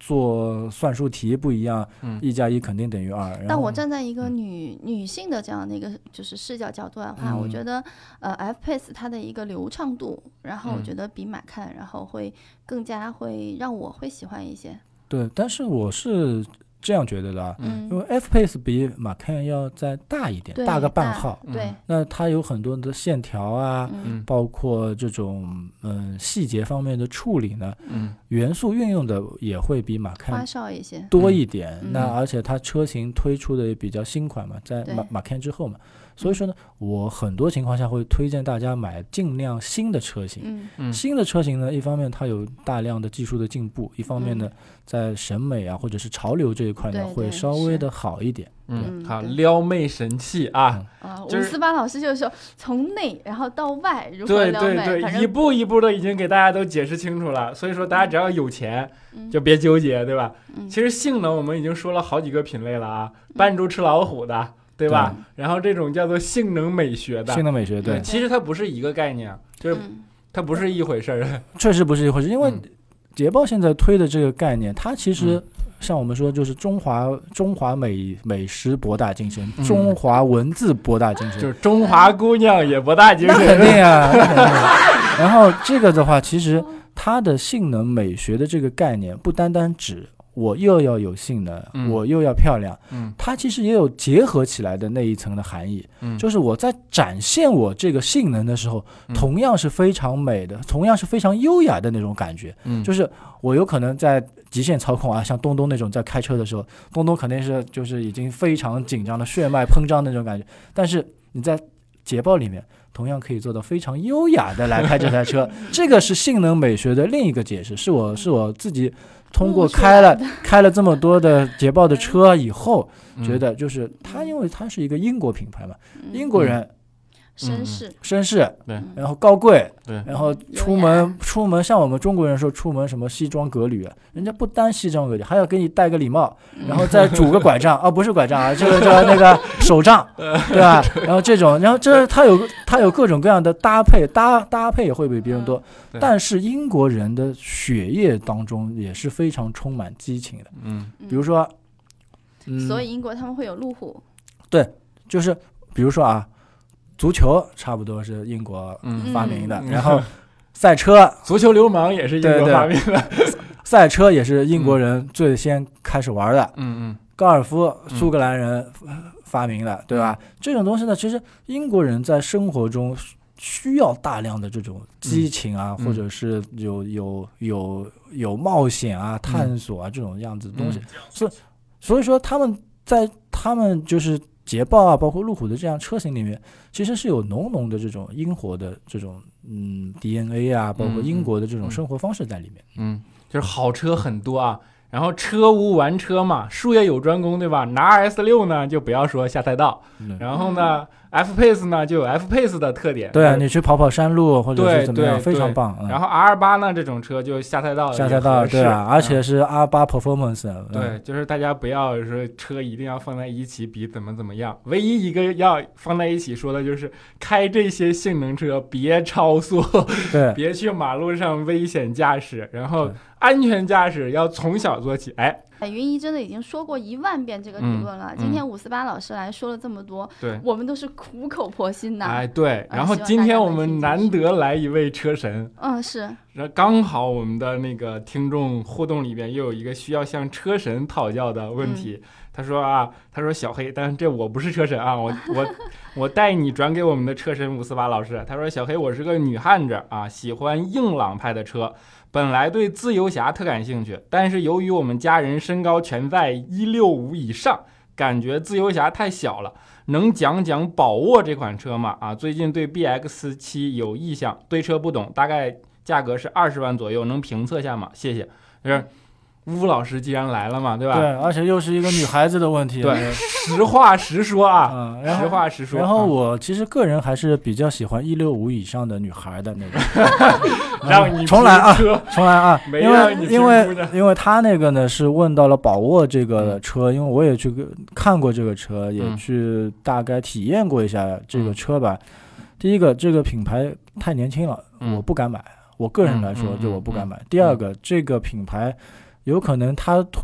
Speaker 4: 做算术题不一样
Speaker 2: 嗯，
Speaker 4: 一加一肯定等于二。然
Speaker 3: 但
Speaker 4: 后
Speaker 3: 我站在一个
Speaker 4: 嗯
Speaker 3: 女女性的这样的一个就是视角角度的话，我
Speaker 4: 嗯
Speaker 3: 觉得呃 F Pace 它的一个流畅度，然后我
Speaker 2: 嗯
Speaker 3: 觉得比马看，然后会更加会让我会喜欢一些。
Speaker 4: 对，但是我是这样觉得的啊，
Speaker 2: 嗯
Speaker 4: 因为 F Pace 比马 can 要再大一点，
Speaker 3: 对
Speaker 4: 大个半号。
Speaker 2: 嗯
Speaker 3: 对，
Speaker 4: 那它有很多的线条啊，
Speaker 3: 嗯
Speaker 2: 嗯
Speaker 4: 包括这种嗯细节方面的处理呢，
Speaker 2: 嗯
Speaker 4: 元素运用的也会比马
Speaker 3: 花
Speaker 4: 看
Speaker 3: 哨一些。
Speaker 4: 多一点。
Speaker 3: 嗯
Speaker 4: 那而且它车型推出的也比较新款嘛，在
Speaker 3: 对嗯
Speaker 4: 马马 can 之后嘛，所以说呢，我很多情况下会推荐大家买尽量新的车型。
Speaker 3: 嗯
Speaker 2: 嗯
Speaker 4: 新的车型呢，一方面它有大量的技术的进步，一方面呢，在审美啊或者是潮流这一块呢，
Speaker 3: 嗯对
Speaker 4: 会
Speaker 3: 对
Speaker 4: 稍微
Speaker 3: 是
Speaker 4: 的好一点。
Speaker 2: 嗯，
Speaker 3: 嗯
Speaker 2: 好，
Speaker 3: 对
Speaker 2: 撩妹神器啊，
Speaker 3: 啊，五
Speaker 2: 就是
Speaker 3: 四八老师就是说从内然后到外如何
Speaker 2: 对
Speaker 3: 撩
Speaker 2: 对
Speaker 3: 妹，反
Speaker 2: 对，一
Speaker 3: 正
Speaker 2: 步一步的已经给大家都解释清楚了，所以说大家只要有钱
Speaker 3: 嗯
Speaker 2: 就别纠结，对吧？
Speaker 3: 嗯
Speaker 2: 其实性能我们已经说了好几个品类了啊，扮猪吃老虎的，对吧？然后这种叫做性能美学的
Speaker 4: 新，的美学对，
Speaker 2: 其实它不是一个概念，就是
Speaker 3: 嗯
Speaker 2: 它不是一回事儿。
Speaker 4: 确实不是一回事，因为
Speaker 2: 嗯
Speaker 4: 捷豹现在推的这个概念，它其
Speaker 3: 嗯
Speaker 4: 实像我们说，就是中华中华美美食博大精深，
Speaker 2: 嗯
Speaker 4: 中华文字博大精深，
Speaker 2: 就是中华姑娘也博大精
Speaker 4: 那肯
Speaker 2: 深，
Speaker 4: 定啊。那肯定啊 然后这个的话，其实它的性能美学的这个概念，不单单指我又要有性能，
Speaker 2: 嗯
Speaker 4: 我又要漂亮，
Speaker 2: 嗯
Speaker 4: 它其实也有结合起来的那一层的含义。
Speaker 2: 嗯
Speaker 4: 就是我在展现我这个性能的时候，
Speaker 2: 嗯
Speaker 4: 同样是非常美的，同样是非常优雅的那种感觉。
Speaker 2: 嗯
Speaker 4: 就是我有可能在极限操控啊，像东东那种在开车的时候，东东肯定是就是已经非常紧张的血脉喷张那种感觉，但是你在捷豹里面同样可以做到非常优雅的来开这 台车，这个是性能美学的另一个解释，是我是我自己通过
Speaker 3: 悟出来
Speaker 4: 开了
Speaker 3: 嗯的
Speaker 4: 开了这么多的捷豹的车以后，
Speaker 2: 嗯
Speaker 4: 觉得就是它，因为它是一个英国品牌嘛，
Speaker 3: 嗯
Speaker 4: 英国嗯人
Speaker 3: 绅士，
Speaker 4: 绅士，
Speaker 2: 对
Speaker 3: 嗯
Speaker 4: 然后高贵，
Speaker 2: 对
Speaker 4: 然后
Speaker 3: 嗯
Speaker 4: 出
Speaker 3: 优雅
Speaker 4: 门出门，像我们中国人说出门什么西装革履，人家不单西装革履，还要给你戴个礼帽，
Speaker 2: 嗯
Speaker 4: 然后再拄个 拐杖啊，不是拐杖啊，这个叫那个手杖，对吧？然后这种，然后这他有他有各种各样的搭配，搭搭配也会比别人多
Speaker 2: 嗯对。
Speaker 4: 但是英国人的血液当中也是非常充满激情的，
Speaker 2: 嗯
Speaker 4: 比如说，嗯，
Speaker 3: 所以英国他们会有路虎，
Speaker 4: 就是比如说啊，足球差不多是英国
Speaker 2: 嗯，
Speaker 4: 发明的，
Speaker 2: 嗯
Speaker 4: 然后赛车。
Speaker 2: 足球流氓也是英国发明的，
Speaker 4: 赛车也是英国人最先开始玩的，
Speaker 2: 嗯
Speaker 4: 高尔夫苏格兰人呃发明的，对吧？这种东西呢，其实英国人在生活中需需要大量的这种激情啊，
Speaker 2: 嗯
Speaker 4: 或者是有有有有冒险啊、探索啊这种样子的
Speaker 2: 嗯，
Speaker 4: 东西，所以所以说他们在他们就是捷豹啊，包括路虎的这样车型里面，其实是有浓浓的这种英国的这种嗯 DNA 啊，包括
Speaker 2: 嗯
Speaker 4: 英
Speaker 2: 嗯
Speaker 4: 国的这
Speaker 2: 嗯
Speaker 4: 种生活方式在里面。
Speaker 2: 嗯，就是好车很多啊。然后车无完车嘛，术业有专攻，对吧？拿 S 六呢，就不要说下赛道。
Speaker 4: 嗯
Speaker 2: 然后呢，F Pace 呢就有 F Pace 的特点，
Speaker 4: 对啊，你去跑跑山路或者
Speaker 2: 对
Speaker 4: 是怎么样，
Speaker 2: 对
Speaker 4: 非常
Speaker 2: 对
Speaker 4: 棒。嗯
Speaker 2: 然后 R 八呢这种车就下赛道也
Speaker 4: 下赛道
Speaker 2: 合适
Speaker 4: 对啊，而且
Speaker 2: 嗯
Speaker 4: 是 R 八 Performance 嗯。
Speaker 2: 对，就是大家不要说车一定要放在一起比怎么怎么样，唯一一个要放在一起说的就是开这些性能车别超速，
Speaker 4: 对
Speaker 2: 别去马路上危险驾驶，然后
Speaker 4: 对
Speaker 2: 安全驾驶要从小做起。哎，
Speaker 3: 哎，云姨真的已经说过一万遍这个理
Speaker 2: 嗯
Speaker 3: 论了。
Speaker 2: 嗯
Speaker 3: 今天五四八老师来说了这么多，
Speaker 2: 对，
Speaker 3: 我们都是苦口婆心呐。
Speaker 2: 哎，对，
Speaker 3: 啊
Speaker 2: 然后
Speaker 3: 希望
Speaker 2: 今
Speaker 3: 大
Speaker 2: 天
Speaker 3: 家
Speaker 2: 我
Speaker 3: 能
Speaker 2: 们
Speaker 3: 听进
Speaker 2: 难
Speaker 3: 去
Speaker 2: 得来一位车神，
Speaker 3: 嗯，是
Speaker 2: 然后刚好我们的那个听众互动里边又有一个需要向车神讨教的
Speaker 3: 嗯
Speaker 2: 问题，他说啊，他说小黑，但是这我不是车神啊，我我 我代你转给我们的车神五四八老师，他说小黑，我是个女汉子啊，喜欢硬朗派的车，本来对自由侠特感兴趣，但是由于我们家人身高全在一六五以上，感觉自由侠太小了。能讲讲宝沃这款车吗？啊，最近对 BX 七有意向，对车不懂，大概价格是二十万左右，能评测下吗？谢谢。就是乌老师既然来了嘛，对吧？
Speaker 4: 对，而且又是一个女孩子的问题。啊
Speaker 2: 对，实话实说啊，
Speaker 4: 嗯，然
Speaker 2: 实
Speaker 4: 后。
Speaker 2: 话实说。啊
Speaker 4: 然后我其实个人还是比较喜欢一六五以上的女孩的 那种
Speaker 2: 啊、。让你
Speaker 4: 重来啊
Speaker 2: 拼，车，
Speaker 4: 重来啊！
Speaker 2: 没
Speaker 4: 因
Speaker 2: 让你
Speaker 4: 为
Speaker 2: 评
Speaker 4: 因
Speaker 2: 估
Speaker 4: 为
Speaker 2: 呢
Speaker 4: 因为他那个呢是问到了宝沃这个车，因为我也去跟看过这个车，也
Speaker 2: 嗯
Speaker 4: 去大概体验过一下这
Speaker 2: 嗯
Speaker 4: 个车吧。第一个，这个品牌太年轻了，
Speaker 2: 嗯
Speaker 4: 我不敢买。我个人
Speaker 2: 嗯
Speaker 4: 来说
Speaker 2: 嗯，
Speaker 4: 就
Speaker 2: 嗯
Speaker 4: 我不
Speaker 2: 嗯
Speaker 4: 敢买。第二个，这个品牌有可能它推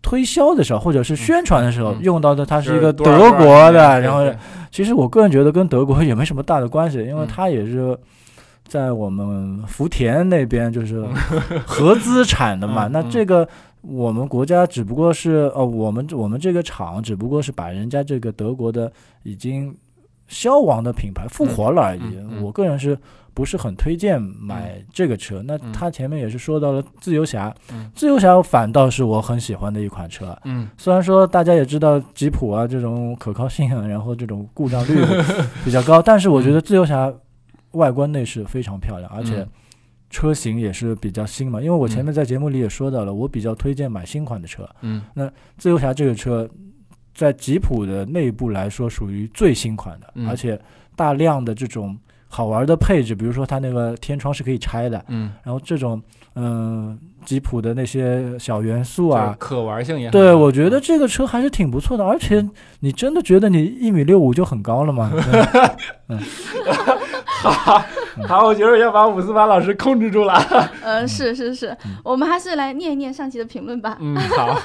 Speaker 4: 推销的时候，或者是宣传的时候
Speaker 2: 嗯
Speaker 4: 用到的，它
Speaker 2: 就是
Speaker 4: 一个
Speaker 2: 多少
Speaker 4: 德
Speaker 2: 多少
Speaker 4: 国
Speaker 2: 年
Speaker 4: 的，
Speaker 2: 对
Speaker 4: 然后
Speaker 2: 对
Speaker 4: 其实我个人觉得跟德国也没什么大的关系，因为
Speaker 2: 嗯
Speaker 4: 它也是在我们福田那边就是合资产的嘛。
Speaker 2: 嗯
Speaker 4: 那
Speaker 2: 嗯
Speaker 4: 这个我们国家只不过是呃，我们我们这个厂只不过是把人家这个德国的已经消亡的品牌复活了而已。
Speaker 2: 嗯嗯嗯
Speaker 4: 我个人是。不是很推荐买这个车。那
Speaker 2: 嗯
Speaker 4: 它前面也是说到了自由侠，
Speaker 2: 嗯
Speaker 4: 自由侠反倒是我很喜欢的一款车。
Speaker 2: 嗯
Speaker 4: 虽然说大家也知道吉普啊这种可靠性啊，然后这种 故障率比较高，但是我觉得自由侠外观内饰非常漂亮，而且
Speaker 2: 嗯
Speaker 4: 车型也是比较新嘛。因为我前面在节目里也说到了，我比较推荐买新款的车。
Speaker 2: 嗯
Speaker 4: 自由侠这个车在吉普的内部来说属于最新款的，
Speaker 2: 嗯
Speaker 4: 而且大量的这种好玩的配置，比如说它那个天窗是可以拆的，
Speaker 2: 嗯，
Speaker 4: 然后这种嗯、吉普的那些小元素
Speaker 2: 就是
Speaker 4: 啊，
Speaker 2: 可玩性也很
Speaker 4: 对，
Speaker 2: 大
Speaker 4: 我觉得这个车还是挺不错的，而且你真的觉得你一米六五就很高了吗？对吧
Speaker 2: 嗯好，我觉得要把五四八老师控制住了。
Speaker 3: 呃，是是是，我们还是来念一念上期的评论吧。
Speaker 2: 嗯， 好，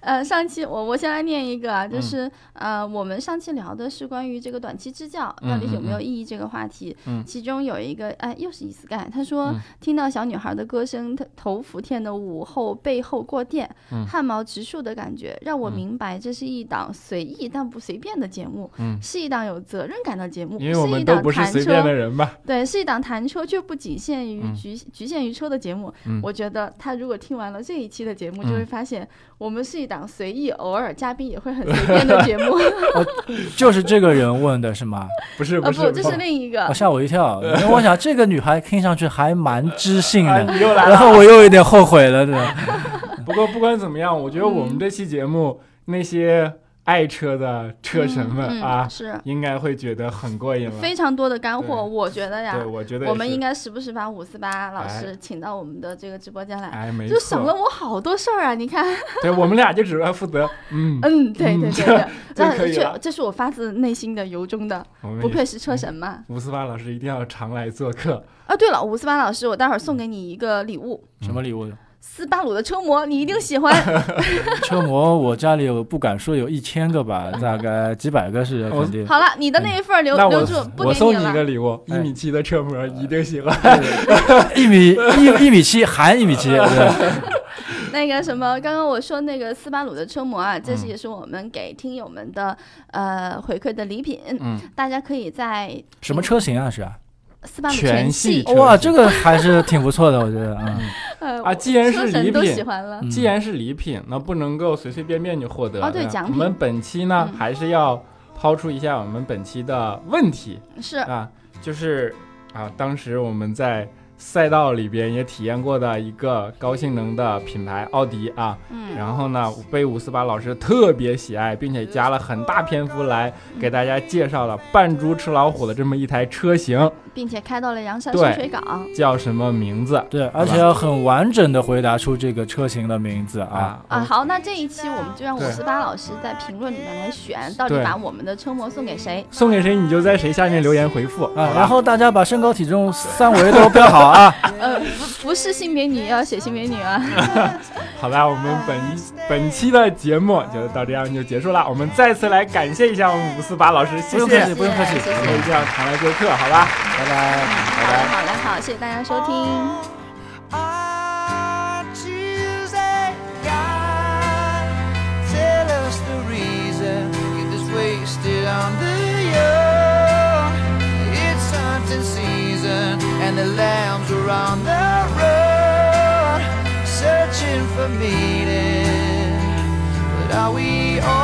Speaker 3: 呃，上期我我先来念一个啊，就
Speaker 2: 嗯
Speaker 3: 是、呃，我们上期聊的是关于这个短期支教
Speaker 2: 嗯
Speaker 3: 到底有
Speaker 2: 嗯
Speaker 3: 没有
Speaker 2: 嗯
Speaker 3: 意义这个话题，
Speaker 2: 嗯
Speaker 3: 其中有一个哎又是 e sky，他说、
Speaker 2: 嗯
Speaker 3: 听到小女孩的歌声，头头伏天的午后背后过电，
Speaker 2: 嗯
Speaker 3: 汗毛直竖的感觉，让我
Speaker 2: 嗯
Speaker 3: 明白这是一档随意但不随便的节目，
Speaker 2: 嗯
Speaker 3: 是一档有责任感的节目，
Speaker 2: 因为我
Speaker 3: 是
Speaker 2: 们
Speaker 3: 一
Speaker 2: 都
Speaker 3: 档
Speaker 2: 不是
Speaker 3: 弹
Speaker 2: 随便
Speaker 3: 车
Speaker 2: 的人吧。
Speaker 3: 对，是一档谈车却不仅限于
Speaker 2: 嗯
Speaker 3: 局、局限于车的节目。
Speaker 2: 嗯
Speaker 3: 我觉得他如果听完了这一期的节目，就
Speaker 2: 嗯
Speaker 3: 会发现我们是一档随意，偶尔嘉宾也会很随便的 节目。
Speaker 4: 就是这个人问的是吗？
Speaker 2: 不是
Speaker 3: 啊，
Speaker 2: 不
Speaker 3: 不，
Speaker 2: 是，
Speaker 3: 这是另一个
Speaker 4: 我。吓我一跳，因为我想这个女孩听上去还蛮知性
Speaker 2: 啊，
Speaker 4: 的，
Speaker 2: 你又来
Speaker 4: 然
Speaker 2: 了。
Speaker 4: 后我又有点后悔了，对吧？
Speaker 2: 不过不管怎么样，我觉得我们
Speaker 3: 嗯
Speaker 2: 这期节目那些爱车的车神们
Speaker 3: 嗯
Speaker 2: 啊
Speaker 3: 嗯、，是
Speaker 2: 应该会觉得很过瘾了。
Speaker 3: 非常多的干
Speaker 2: 对
Speaker 3: 货，我觉得呀
Speaker 2: 对，，我觉得
Speaker 3: 我们应
Speaker 2: 该
Speaker 3: 该时不时把五四八老
Speaker 2: 哎
Speaker 3: 师请到我们的这个直播间来。
Speaker 2: 哎，没
Speaker 3: 就省
Speaker 2: 错
Speaker 3: 了我好多事儿啊！你看，
Speaker 2: 对我们俩就只要负责，嗯，
Speaker 3: 嗯，对对 对对，
Speaker 2: 这
Speaker 3: 那
Speaker 2: 可以
Speaker 3: 这
Speaker 2: 了嗯
Speaker 3: 这是我发自内心的、由衷的，
Speaker 2: 我们
Speaker 3: 不
Speaker 2: 也
Speaker 3: 愧是车神嘛。
Speaker 2: 五四八老师一定要常来做客。
Speaker 3: 啊，对了，五四八老师，我待会儿
Speaker 2: 嗯
Speaker 3: 送给你一个礼物，
Speaker 4: 什么礼物？
Speaker 3: 斯巴鲁的车模，你一定 喜欢。
Speaker 4: 车模，我家里有不敢说有一千个吧，大概几百个是
Speaker 2: 我
Speaker 4: 肯定。
Speaker 3: 好了，你的那一份儿留
Speaker 2: 那
Speaker 3: 留
Speaker 2: 我
Speaker 3: 住，不
Speaker 2: 我
Speaker 3: 给
Speaker 2: 送
Speaker 3: 了。
Speaker 2: 一个礼物，一
Speaker 4: 哎
Speaker 2: 米七的车模一定喜欢。
Speaker 4: 一米一一米七，含一米七，对，
Speaker 3: 那个什么，刚刚我说那个斯巴鲁的车模啊，这是也是我们给听友们的、呃回馈的礼品，
Speaker 2: 嗯，
Speaker 3: 大家可以在
Speaker 4: 什么车型啊？是啊，
Speaker 3: 斯巴鲁
Speaker 2: 全系
Speaker 3: 系
Speaker 2: 车。
Speaker 4: 哇，这个还是挺不错的，我觉得啊。
Speaker 3: 呃，
Speaker 2: 啊
Speaker 3: 我
Speaker 2: 既然是
Speaker 3: 车神
Speaker 2: 礼
Speaker 3: 都
Speaker 2: 品
Speaker 3: 喜欢了，
Speaker 4: 嗯
Speaker 2: 既然是礼品，那不能够随随便便就获得。
Speaker 3: 哦对
Speaker 2: 那
Speaker 3: 奖
Speaker 2: 我们
Speaker 3: 品
Speaker 2: 本期呢，
Speaker 3: 嗯
Speaker 2: 还是要抛出一下我们本期的问题
Speaker 3: 是
Speaker 2: 啊，就是啊，当时我们在赛道里边也体验过的一个高性能的品牌奥迪啊，
Speaker 3: 嗯，
Speaker 2: 然后呢被伍思巴老师特别喜爱，并且加了很大篇幅来
Speaker 3: 嗯
Speaker 2: 给大家介绍了扮猪吃老虎的这么一台车型，
Speaker 3: 并且开到了阳山
Speaker 2: 对
Speaker 3: 深水港啊
Speaker 2: 叫什么名字
Speaker 4: 对，而且要很完整的回答出这个车型的名字啊。
Speaker 2: 啊？
Speaker 3: 啊。好，那这一期我们就让五
Speaker 2: 对
Speaker 3: 十八老师在评论里面来选，到底
Speaker 2: 对
Speaker 3: 把我们的车模送给谁？
Speaker 2: 送给谁你就在谁下面留言回复
Speaker 4: 啊
Speaker 2: 好，吧
Speaker 4: 然后大家把身高体重三围都标好啊。
Speaker 3: 呃，不不是性别女，要写性别女啊。
Speaker 2: 好吧，我们本本期的节目就到这样就结束了。我们再次来感谢一下我们五四八老师， 谢
Speaker 4: 不用客
Speaker 2: 谢
Speaker 4: 气，，不用客气，
Speaker 3: 谢谢
Speaker 2: 可以这样常来做客，好吧，拜拜，
Speaker 3: 好
Speaker 2: 拜
Speaker 3: 嘞
Speaker 2: 拜。
Speaker 3: 好嘞好，谢谢大家收听。
Speaker 5: On Tuesday, God, tell us the reason you just wasted on the young. It's hunting season, and the lambs are on the road, searching for meaning. But are we all? Oh,